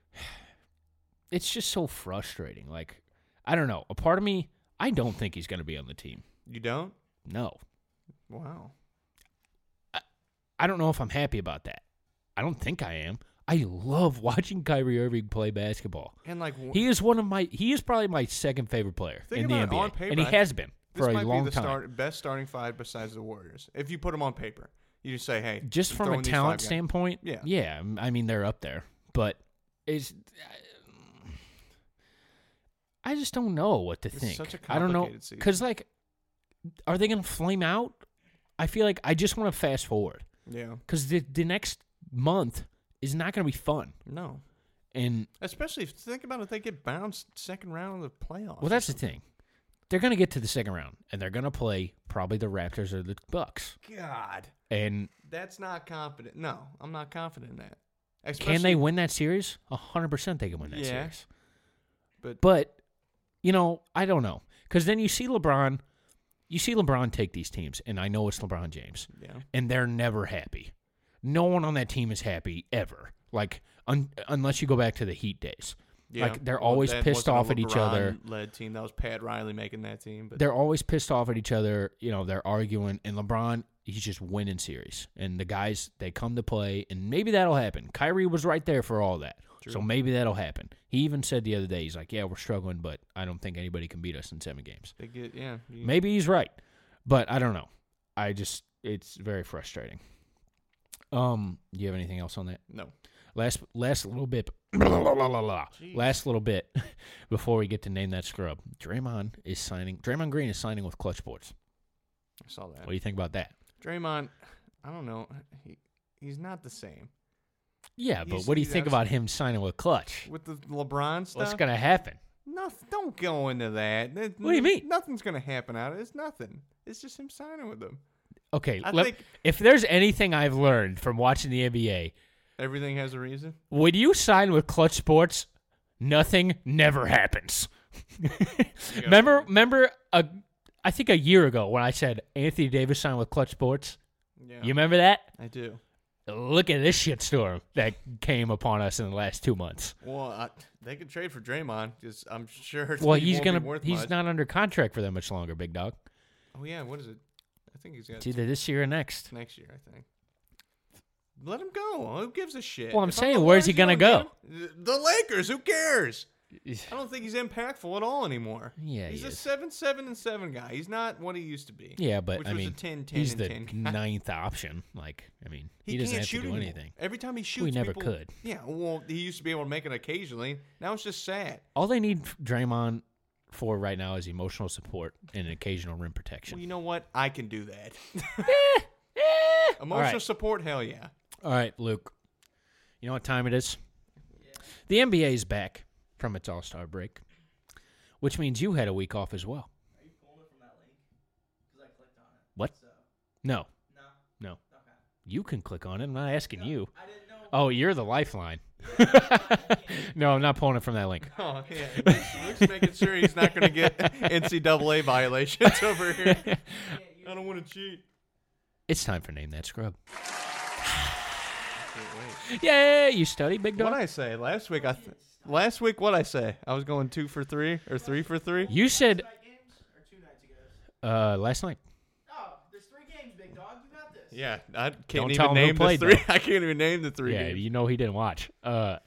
Speaker 3: it's just so frustrating. Like, I don't know. A part of me, I don't think he's going to be on the team.
Speaker 2: you don't.
Speaker 3: No.
Speaker 2: Wow.
Speaker 3: I don't know if I'm happy about that. I don't think I am. I love watching Kyrie Irving play basketball.
Speaker 2: And like wh-
Speaker 3: He is one of my, he is probably my second favorite player
Speaker 2: Think
Speaker 3: in the
Speaker 2: about
Speaker 3: NBA.
Speaker 2: it, on paper,
Speaker 3: and he
Speaker 2: I-
Speaker 3: has been
Speaker 2: this
Speaker 3: for a
Speaker 2: might
Speaker 3: long
Speaker 2: be the
Speaker 3: time.
Speaker 2: Start, best starting five besides the Warriors. If you put them on paper, you just say, "Hey,
Speaker 3: just
Speaker 2: I'm
Speaker 3: from
Speaker 2: throwing
Speaker 3: a
Speaker 2: these five
Speaker 3: talent
Speaker 2: guys.
Speaker 3: standpoint,
Speaker 2: Yeah.
Speaker 3: yeah. I mean, they're up there, but is I just don't know what to
Speaker 2: It's
Speaker 3: think.
Speaker 2: such a
Speaker 3: I don't know
Speaker 2: complicated season.
Speaker 3: because like, are they going to flame out? I feel like I just want to fast forward
Speaker 2: Yeah,
Speaker 3: because the the next month is not going to be fun,
Speaker 2: no.
Speaker 3: and
Speaker 2: Especially if think about it, they get bounced second round of the playoffs.
Speaker 3: well, that's the thing. They're going to get to the second round, and they're going to play probably the Raptors or the Bucks,
Speaker 2: God,
Speaker 3: and
Speaker 2: that's not confident. No, I'm not confident in that.
Speaker 3: Can they
Speaker 2: Especially-
Speaker 3: win that series? hundred percent, they can win that
Speaker 2: Yeah.
Speaker 3: series.
Speaker 2: But-
Speaker 3: but you know, I don't know because then you see LeBron, you see LeBron take these teams, and I know it's LeBron James,
Speaker 2: Yeah.
Speaker 3: and they're never happy. No one on that team is happy ever. Like un- unless you go back to the Heat days, like they're
Speaker 2: Well,
Speaker 3: always
Speaker 2: that
Speaker 3: pissed
Speaker 2: wasn't a
Speaker 3: off at each other.
Speaker 2: LeBron-led team. That was Pat Riley making that team. But
Speaker 3: They're always pissed off at each other. You know, they're arguing, and LeBron. He's just winning series, and the guys they come to play, and maybe that'll happen. Kyrie was right there for all that, so maybe that'll happen. He even said the other day, he's like, "Yeah, we're struggling, but I don't think anybody can beat us in seven games."
Speaker 2: they get yeah. you-
Speaker 3: Maybe he's right, but I don't know. I just it's very frustrating. Um, do you have anything else on that?
Speaker 2: no.
Speaker 3: Last last little bit. Last little bit before we get to name that scrub. Draymond is signing. Draymond Green is signing with Clutch Sports.
Speaker 2: I saw that.
Speaker 3: What do you think about that?
Speaker 2: Draymond, I don't know. He, he's not the same
Speaker 3: Yeah, but
Speaker 2: He's-
Speaker 3: what do you
Speaker 2: he's
Speaker 3: think
Speaker 2: abs-
Speaker 3: about him signing with Clutch?
Speaker 2: with the LeBron stuff.
Speaker 3: What's gonna happen?
Speaker 2: No, don't go into that. That-
Speaker 3: What do you mean?
Speaker 2: Nothing's gonna happen out of it. It's nothing. It's just him signing with them.
Speaker 3: Okay,
Speaker 2: I
Speaker 3: let-
Speaker 2: think-
Speaker 3: if there's anything I've learned from watching the NBA,
Speaker 2: Everything has a reason.
Speaker 3: when you sign with Clutch Sports, nothing never happens. remember, remember, a, I think a year ago when I said Anthony Davis signed with Clutch Sports.
Speaker 2: Yeah,
Speaker 3: You remember that?
Speaker 2: I do.
Speaker 3: Look at this shitstorm that came upon us in the last two months.
Speaker 2: Well, I, they could trade for Draymond because I'm sure.
Speaker 3: well,
Speaker 2: he
Speaker 3: he's
Speaker 2: won't be
Speaker 3: gonna
Speaker 2: Worth
Speaker 3: he's
Speaker 2: much.
Speaker 3: not under contract for that much longer, big dog.
Speaker 2: Oh yeah, what is it? I think he's got
Speaker 3: It's either this year or next.
Speaker 2: next year. I think. Let him go. Who gives a shit?
Speaker 3: Well, I'm
Speaker 2: If
Speaker 3: saying,
Speaker 2: the
Speaker 3: where's he
Speaker 2: Warriors, you
Speaker 3: gonna
Speaker 2: don't get him? The Lakers. Who cares? I don't think he's impactful at all anymore.
Speaker 3: Yeah,
Speaker 2: he's
Speaker 3: he
Speaker 2: a
Speaker 3: is.
Speaker 2: seven, seven, and seven guy. He's not what he used to be.
Speaker 3: Yeah, but
Speaker 2: which
Speaker 3: I
Speaker 2: was
Speaker 3: mean,
Speaker 2: a 10, 10,
Speaker 3: he's
Speaker 2: and
Speaker 3: the
Speaker 2: 10 guy.
Speaker 3: ninth option. Like, I mean, he,
Speaker 2: can't
Speaker 3: doesn't have
Speaker 2: shoot
Speaker 3: to do
Speaker 2: anymore.
Speaker 3: anything.
Speaker 2: Every time he shoots,
Speaker 3: never
Speaker 2: people-
Speaker 3: could.
Speaker 2: Yeah, well, he used to be able to make it occasionally. Now it's just sad.
Speaker 3: All they need Draymond for right now is emotional support and occasional rim protection.
Speaker 2: Well, you know what? I can do that.
Speaker 3: All
Speaker 2: Emotional
Speaker 3: right.
Speaker 2: support, hell yeah.
Speaker 3: All right, Luke. You know what time it is? The NBA is back from its All Star break, which means you had a week off as well. Are you pulling it from that link? Because I clicked on it. What? No. No. No. You can click on it. I'm not asking you. I didn't know. Oh, you're the lifeline. no, I'm not pulling it from that link.
Speaker 2: Oh yeah, Luke's, Luke's making sure he's not going to get NCAA violations over here. I don't want to cheat.
Speaker 3: It's time for name that scrub.
Speaker 2: Can't wait.
Speaker 3: Yay! You study, big
Speaker 2: What
Speaker 3: dog.
Speaker 2: I say last week? I th- last week what I say? I was going two for three or three for three.
Speaker 3: you said. Uh, last night.
Speaker 2: Yeah, I can't
Speaker 3: Don't
Speaker 2: even
Speaker 3: tell 'em who
Speaker 2: name
Speaker 3: played,
Speaker 2: the three.
Speaker 3: though.
Speaker 2: I can't even name the three.
Speaker 3: yeah,
Speaker 2: games.
Speaker 3: you know he didn't watch. Uh,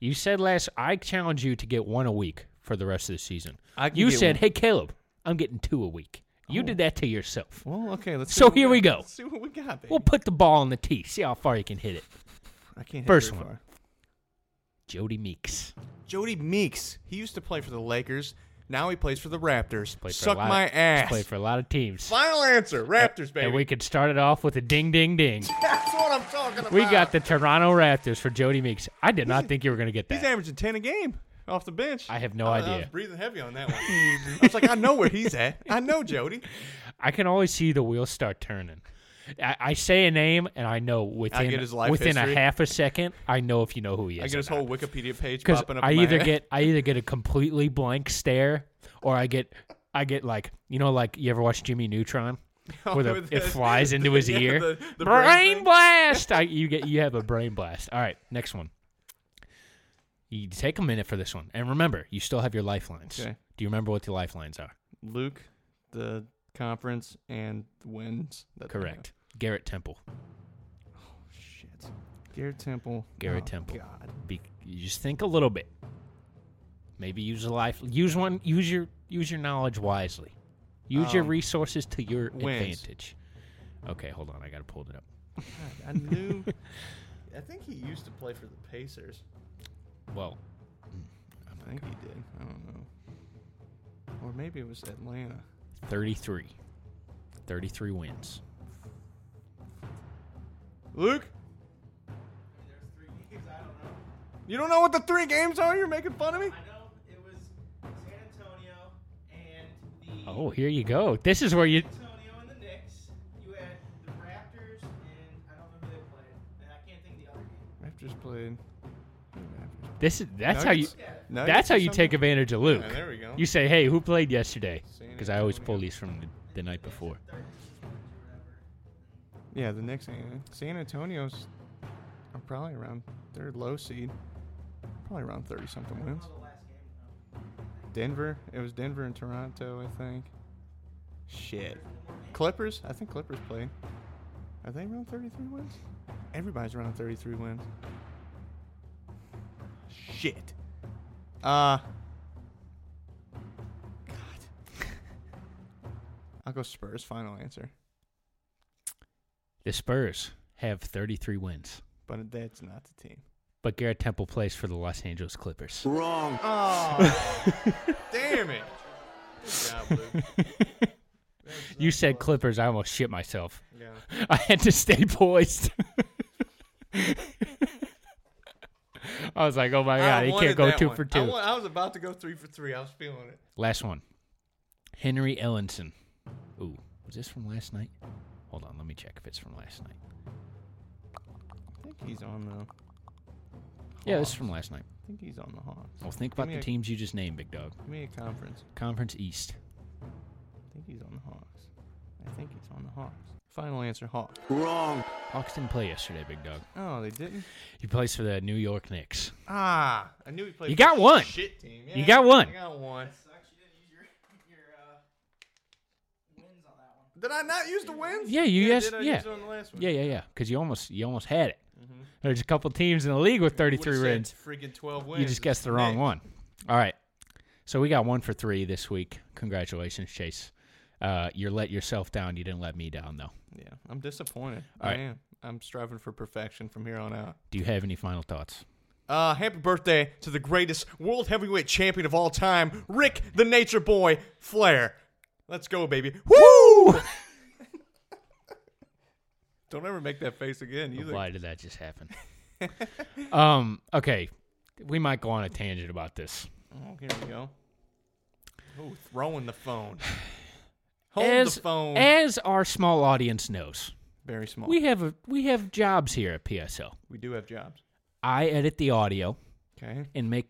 Speaker 3: you said last. I challenge you to get one a week for the rest of the season.
Speaker 2: I can
Speaker 3: you
Speaker 2: get
Speaker 3: said,
Speaker 2: one.
Speaker 3: "Hey, Caleb, I'm getting two a week." You did that to yourself.
Speaker 2: Well, okay, let's. see
Speaker 3: So
Speaker 2: what
Speaker 3: here we
Speaker 2: got.
Speaker 3: go.
Speaker 2: Let's see what we got. Baby.
Speaker 3: We'll put the ball in the tee. See how far you can hit it.
Speaker 2: I can't. hit
Speaker 3: first
Speaker 2: very
Speaker 3: one.
Speaker 2: far.
Speaker 3: Jody Meeks.
Speaker 2: Jody Meeks. He used to play for the Lakers. Now he plays for the Raptors.
Speaker 3: Played for a
Speaker 2: Suck
Speaker 3: lot-
Speaker 2: my ass.
Speaker 3: Played for a lot of teams.
Speaker 2: Final answer, Raptors, baby.
Speaker 3: And we could start it off with a ding, ding, ding.
Speaker 2: That's what I'm talking about.
Speaker 3: We got the Toronto Raptors for Jody Meeks. I did not think you were going to get
Speaker 2: He's
Speaker 3: that.
Speaker 2: averaging uh, ten a game off the bench.
Speaker 3: I have no
Speaker 2: I- I was
Speaker 3: idea.
Speaker 2: breathing heavy on that one. I was like, I know where he's at. I know Jody.
Speaker 3: I can always see the wheels start turning. I, I say a name, and I know within
Speaker 2: get his life
Speaker 3: within
Speaker 2: history.
Speaker 3: a half a second, I know if you know who he is.
Speaker 2: I get
Speaker 3: or
Speaker 2: his
Speaker 3: not.
Speaker 2: whole Wikipedia page
Speaker 3: because
Speaker 2: popping up.
Speaker 3: I
Speaker 2: in my
Speaker 3: either
Speaker 2: head.
Speaker 3: get I either get a completely blank stare, or I get I get like you know like you ever watch Jimmy Neutron, where the,
Speaker 2: With
Speaker 3: it
Speaker 2: the-
Speaker 3: flies into his
Speaker 2: yeah,
Speaker 3: ear.
Speaker 2: the- the brain
Speaker 3: brain
Speaker 2: thing.
Speaker 3: blast! I, you get you have a brain blast. All right, next one. You take a minute for this one, and remember, you still have your lifelines.
Speaker 2: Okay.
Speaker 3: Do you remember what the lifelines are?
Speaker 2: Luke, the conference, and wins. That they
Speaker 3: Correct. Garrett Temple.
Speaker 2: have. Shit. Garrett Temple.
Speaker 3: Garrett
Speaker 2: Oh,
Speaker 3: Temple.
Speaker 2: God.
Speaker 3: Be, you just think a little bit. Maybe use a life. Use one. Use your use your knowledge wisely. Use your
Speaker 2: Um,
Speaker 3: resources to your
Speaker 2: wins.
Speaker 3: advantage. Okay, hold on. I gotta pull it up.
Speaker 2: God, I knew. I think he used to play for the Pacers.
Speaker 3: Well,
Speaker 2: I think he did. I don't know. Or maybe it was Atlanta.
Speaker 3: 33. 33 wins.
Speaker 2: Luke? You don't know what the three games are? You're making fun of me?
Speaker 3: Oh, here you go. This is where you.
Speaker 2: Raptors played. Raptors.
Speaker 3: This is that's how you.
Speaker 2: Nuggets? Nuggets
Speaker 3: that's how
Speaker 2: or
Speaker 3: you
Speaker 2: something?
Speaker 3: take advantage of Luke.
Speaker 2: there we go.
Speaker 3: You say, "Hey, who played yesterday?"
Speaker 2: San
Speaker 3: Because I always
Speaker 2: Antonio.
Speaker 3: pull these from the, the night before.
Speaker 2: Yeah, the next thing, San Antonio's are probably around they're low seed, probably around thirty something wins. Denver, it was Denver and Toronto, I think. Shit, Clippers, I think Clippers played. Are they around thirty-three wins? Everybody's around thirty-three wins. Shit. Uh. God. I'll go Spurs. Final answer,
Speaker 3: The Spurs have 33 wins.
Speaker 2: but that's not the team.
Speaker 3: but Garrett Temple plays for the Los Angeles Clippers.
Speaker 2: Oh, damn it.
Speaker 3: You said Clippers, I almost shit myself.
Speaker 2: Yeah.
Speaker 3: I had to stay poised. I was like, oh my god, he can't go two for two.
Speaker 2: I, wa- I was about to go three for three. I was feeling it.
Speaker 3: Last one. Henry Ellenson. Ooh, was this from last night? Hold on, let me check if it's from last night.
Speaker 2: I think he's on the.
Speaker 3: Yeah, this is from last night.
Speaker 2: I think he's on the Hawks.
Speaker 3: Well, think
Speaker 2: Give
Speaker 3: about
Speaker 2: me
Speaker 3: the
Speaker 2: a-
Speaker 3: teams you just named, big dog.
Speaker 2: Give me a conference.
Speaker 3: Conference East.
Speaker 2: I think he's on the Hawks. I think he's on the Hawks. Final answer, Hawks.
Speaker 3: Hawks didn't play yesterday, big dog.
Speaker 2: Oh, they didn't.
Speaker 3: He plays for the New York Knicks.
Speaker 2: Ah, I knew he played.
Speaker 3: You
Speaker 2: for a
Speaker 3: got one.
Speaker 2: Shit team.
Speaker 3: You
Speaker 2: Yeah,
Speaker 3: got one.
Speaker 2: I got one. Did I not use the wins?
Speaker 3: Yeah, you
Speaker 2: yeah,
Speaker 3: guys-
Speaker 2: did I
Speaker 3: yeah.
Speaker 2: Use it on the last one? Mm-hmm.
Speaker 3: Yeah, yeah, yeah. Because you almost you almost had it. There's a couple teams in the league with
Speaker 2: Would've
Speaker 3: 33
Speaker 2: said
Speaker 3: wins.
Speaker 2: Freaking twelve wins.
Speaker 3: You just guessed the wrong
Speaker 2: Hey,
Speaker 3: one. All right. So we got one for three this week. Congratulations, Chase. Uh, you let yourself down. You didn't let me down, though.
Speaker 2: Yeah, I'm disappointed.
Speaker 3: All
Speaker 2: I
Speaker 3: right.
Speaker 2: am. I'm striving for perfection from here on out.
Speaker 3: Do you have any final thoughts?
Speaker 2: Uh, happy birthday to the greatest world heavyweight champion of all time, Rick the Nature Boy Flair. Let's go, baby. Woo! Don't ever make that face again either.
Speaker 3: Why did that just happen? um. Okay. We might go on a tangent about this.
Speaker 2: Oh, here we go. Oh, throwing the phone. Hold
Speaker 3: as,
Speaker 2: the phone.
Speaker 3: as our small audience knows,
Speaker 2: Very small.
Speaker 3: we have a, we have jobs here at PSO.
Speaker 2: we do have jobs.
Speaker 3: I edit the audio
Speaker 2: Okay.
Speaker 3: and make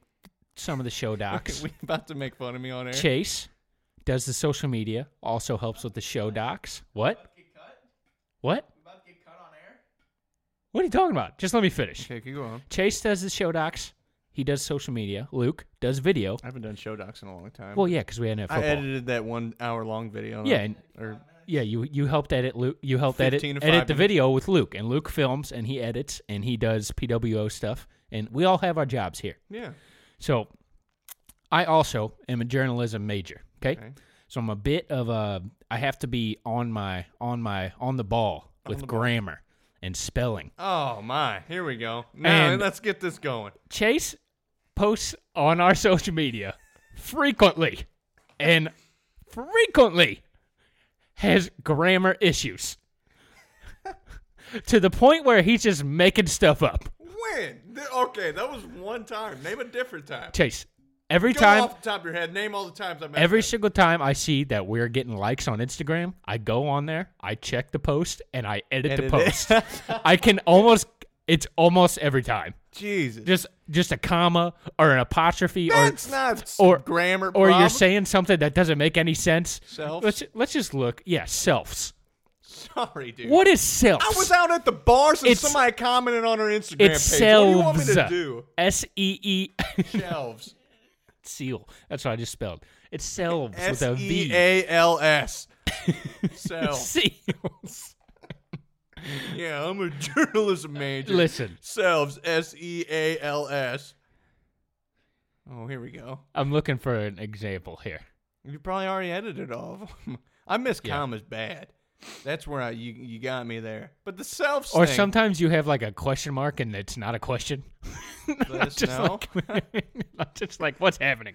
Speaker 3: some of the show docs.
Speaker 2: we about to make fun of me on air.
Speaker 3: Chase does the social media, also helps with the show docs. What? What? What are you talking about? Just let me finish.
Speaker 2: Okay, keep going.
Speaker 3: Chase does the show docs. He does social media. Luke does video.
Speaker 2: I haven't done show docs in a long time.
Speaker 3: Well, yeah, because we hadn't had
Speaker 2: I
Speaker 3: football.
Speaker 2: edited that one hour long video.
Speaker 3: Yeah, and-
Speaker 2: or
Speaker 3: Yeah, you you helped edit Luke. You helped edit
Speaker 2: 15
Speaker 3: edit
Speaker 2: to
Speaker 3: the
Speaker 2: five minutes.
Speaker 3: video with Luke, and Luke films and he edits and he does PWO stuff, and we all have our jobs here.
Speaker 2: yeah.
Speaker 3: So, I also am a journalism major. Okay, so I'm a bit of a. I have to be on my on my on the ball with grammar and spelling.
Speaker 2: Oh my! Here we go. Now
Speaker 3: And-
Speaker 2: let's get this going.
Speaker 3: Chase posts on our social media frequently and frequently has grammar issues to the point where he's just making stuff up.
Speaker 2: When? Th- Okay, that was one time. Name a different time.
Speaker 3: Chase, every
Speaker 2: go
Speaker 3: time,
Speaker 2: off the top of your head. Name all the times I messed
Speaker 3: every
Speaker 2: up.
Speaker 3: single time I see that we're getting likes on Instagram, I go on there, I check the post, and I edit the
Speaker 2: Edit
Speaker 3: post.
Speaker 2: it.
Speaker 3: I can almost, it's almost every time.
Speaker 2: Jesus.
Speaker 3: Just, just a comma or an apostrophe or
Speaker 2: That's not s-
Speaker 3: or
Speaker 2: grammar.
Speaker 3: or you're
Speaker 2: problem.
Speaker 3: saying something that doesn't make any sense.
Speaker 2: Selfs?
Speaker 3: Let's let's just look. Yeah, selfs.
Speaker 2: Sorry, dude.
Speaker 3: What is selfs?
Speaker 2: I was out at the bars and
Speaker 3: It's-
Speaker 2: somebody commented on her Instagram
Speaker 3: It's
Speaker 2: page. What do you want me to
Speaker 3: selves.
Speaker 2: do?
Speaker 3: S e e
Speaker 2: Shelves.
Speaker 3: seal. That's what I just spelled. It's selves
Speaker 2: S
Speaker 3: with a
Speaker 2: e
Speaker 3: v.
Speaker 2: a l s. Selves.
Speaker 3: Seals.
Speaker 2: Yeah, I'm a journalism major.
Speaker 3: Listen,
Speaker 2: Selves. S e a l s. Oh, here we go.
Speaker 3: I'm looking for an example here.
Speaker 2: You probably already edited all of them. I miss
Speaker 3: Yeah.
Speaker 2: commas bad. That's where I you you got me there. But the self
Speaker 3: Or
Speaker 2: thing,
Speaker 3: sometimes you have like a question mark and it's not a question.
Speaker 2: Let us
Speaker 3: just
Speaker 2: know.
Speaker 3: like, I'm just like what's happening.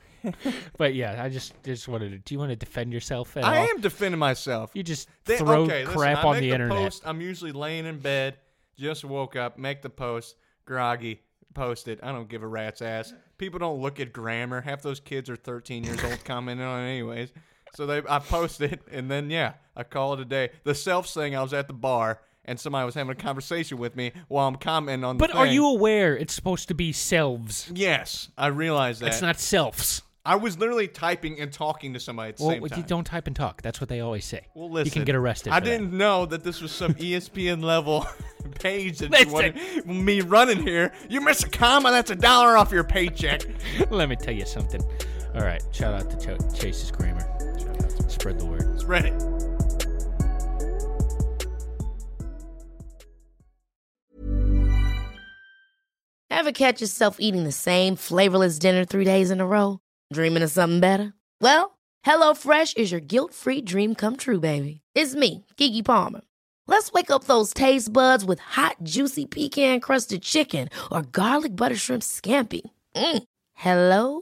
Speaker 3: but yeah, I just just wanted to. Do you want to defend yourself at
Speaker 2: I
Speaker 3: all?
Speaker 2: am defending myself.
Speaker 3: You just
Speaker 2: They-
Speaker 3: throw
Speaker 2: okay, listen,
Speaker 3: crap
Speaker 2: I
Speaker 3: on
Speaker 2: make
Speaker 3: the, internet.
Speaker 2: Post, I'm usually laying in bed, just woke up, make the post, groggy, post it. I don't give a rat's ass. People don't look at grammar. Half those kids are 13 years old commenting on it anyways. So they, I post it, and then yeah, I call it a day. The self thing, I was at the bar, and somebody was having a conversation with me while I'm commenting on.
Speaker 3: But
Speaker 2: the
Speaker 3: are
Speaker 2: thing.
Speaker 3: you aware it's supposed to be selves?
Speaker 2: Yes, I realize that.
Speaker 3: It's not selfs.
Speaker 2: I was literally typing and talking to somebody at the
Speaker 3: Well,
Speaker 2: same time.
Speaker 3: you don't type and talk. That's what they always say.
Speaker 2: Well, listen.
Speaker 3: you can get arrested.
Speaker 2: I
Speaker 3: for that.
Speaker 2: didn't know that this was some E ESPN level page that you
Speaker 3: Listen.
Speaker 2: wanted me running here. You miss a comma, that's a dollar off your paycheck.
Speaker 3: Let me tell you something. All right, shout out to Ch- Chase's Grammar. Spread the word.
Speaker 2: Spread it.
Speaker 4: Ever catch yourself eating the same flavorless dinner three days in a row? Dreaming of something better? Well, HelloFresh is your guilt free dream come true, baby. It's me, Kiki Palmer. Let's wake up those taste buds with hot, juicy pecan crusted chicken or garlic butter shrimp scampi. Mm. Hello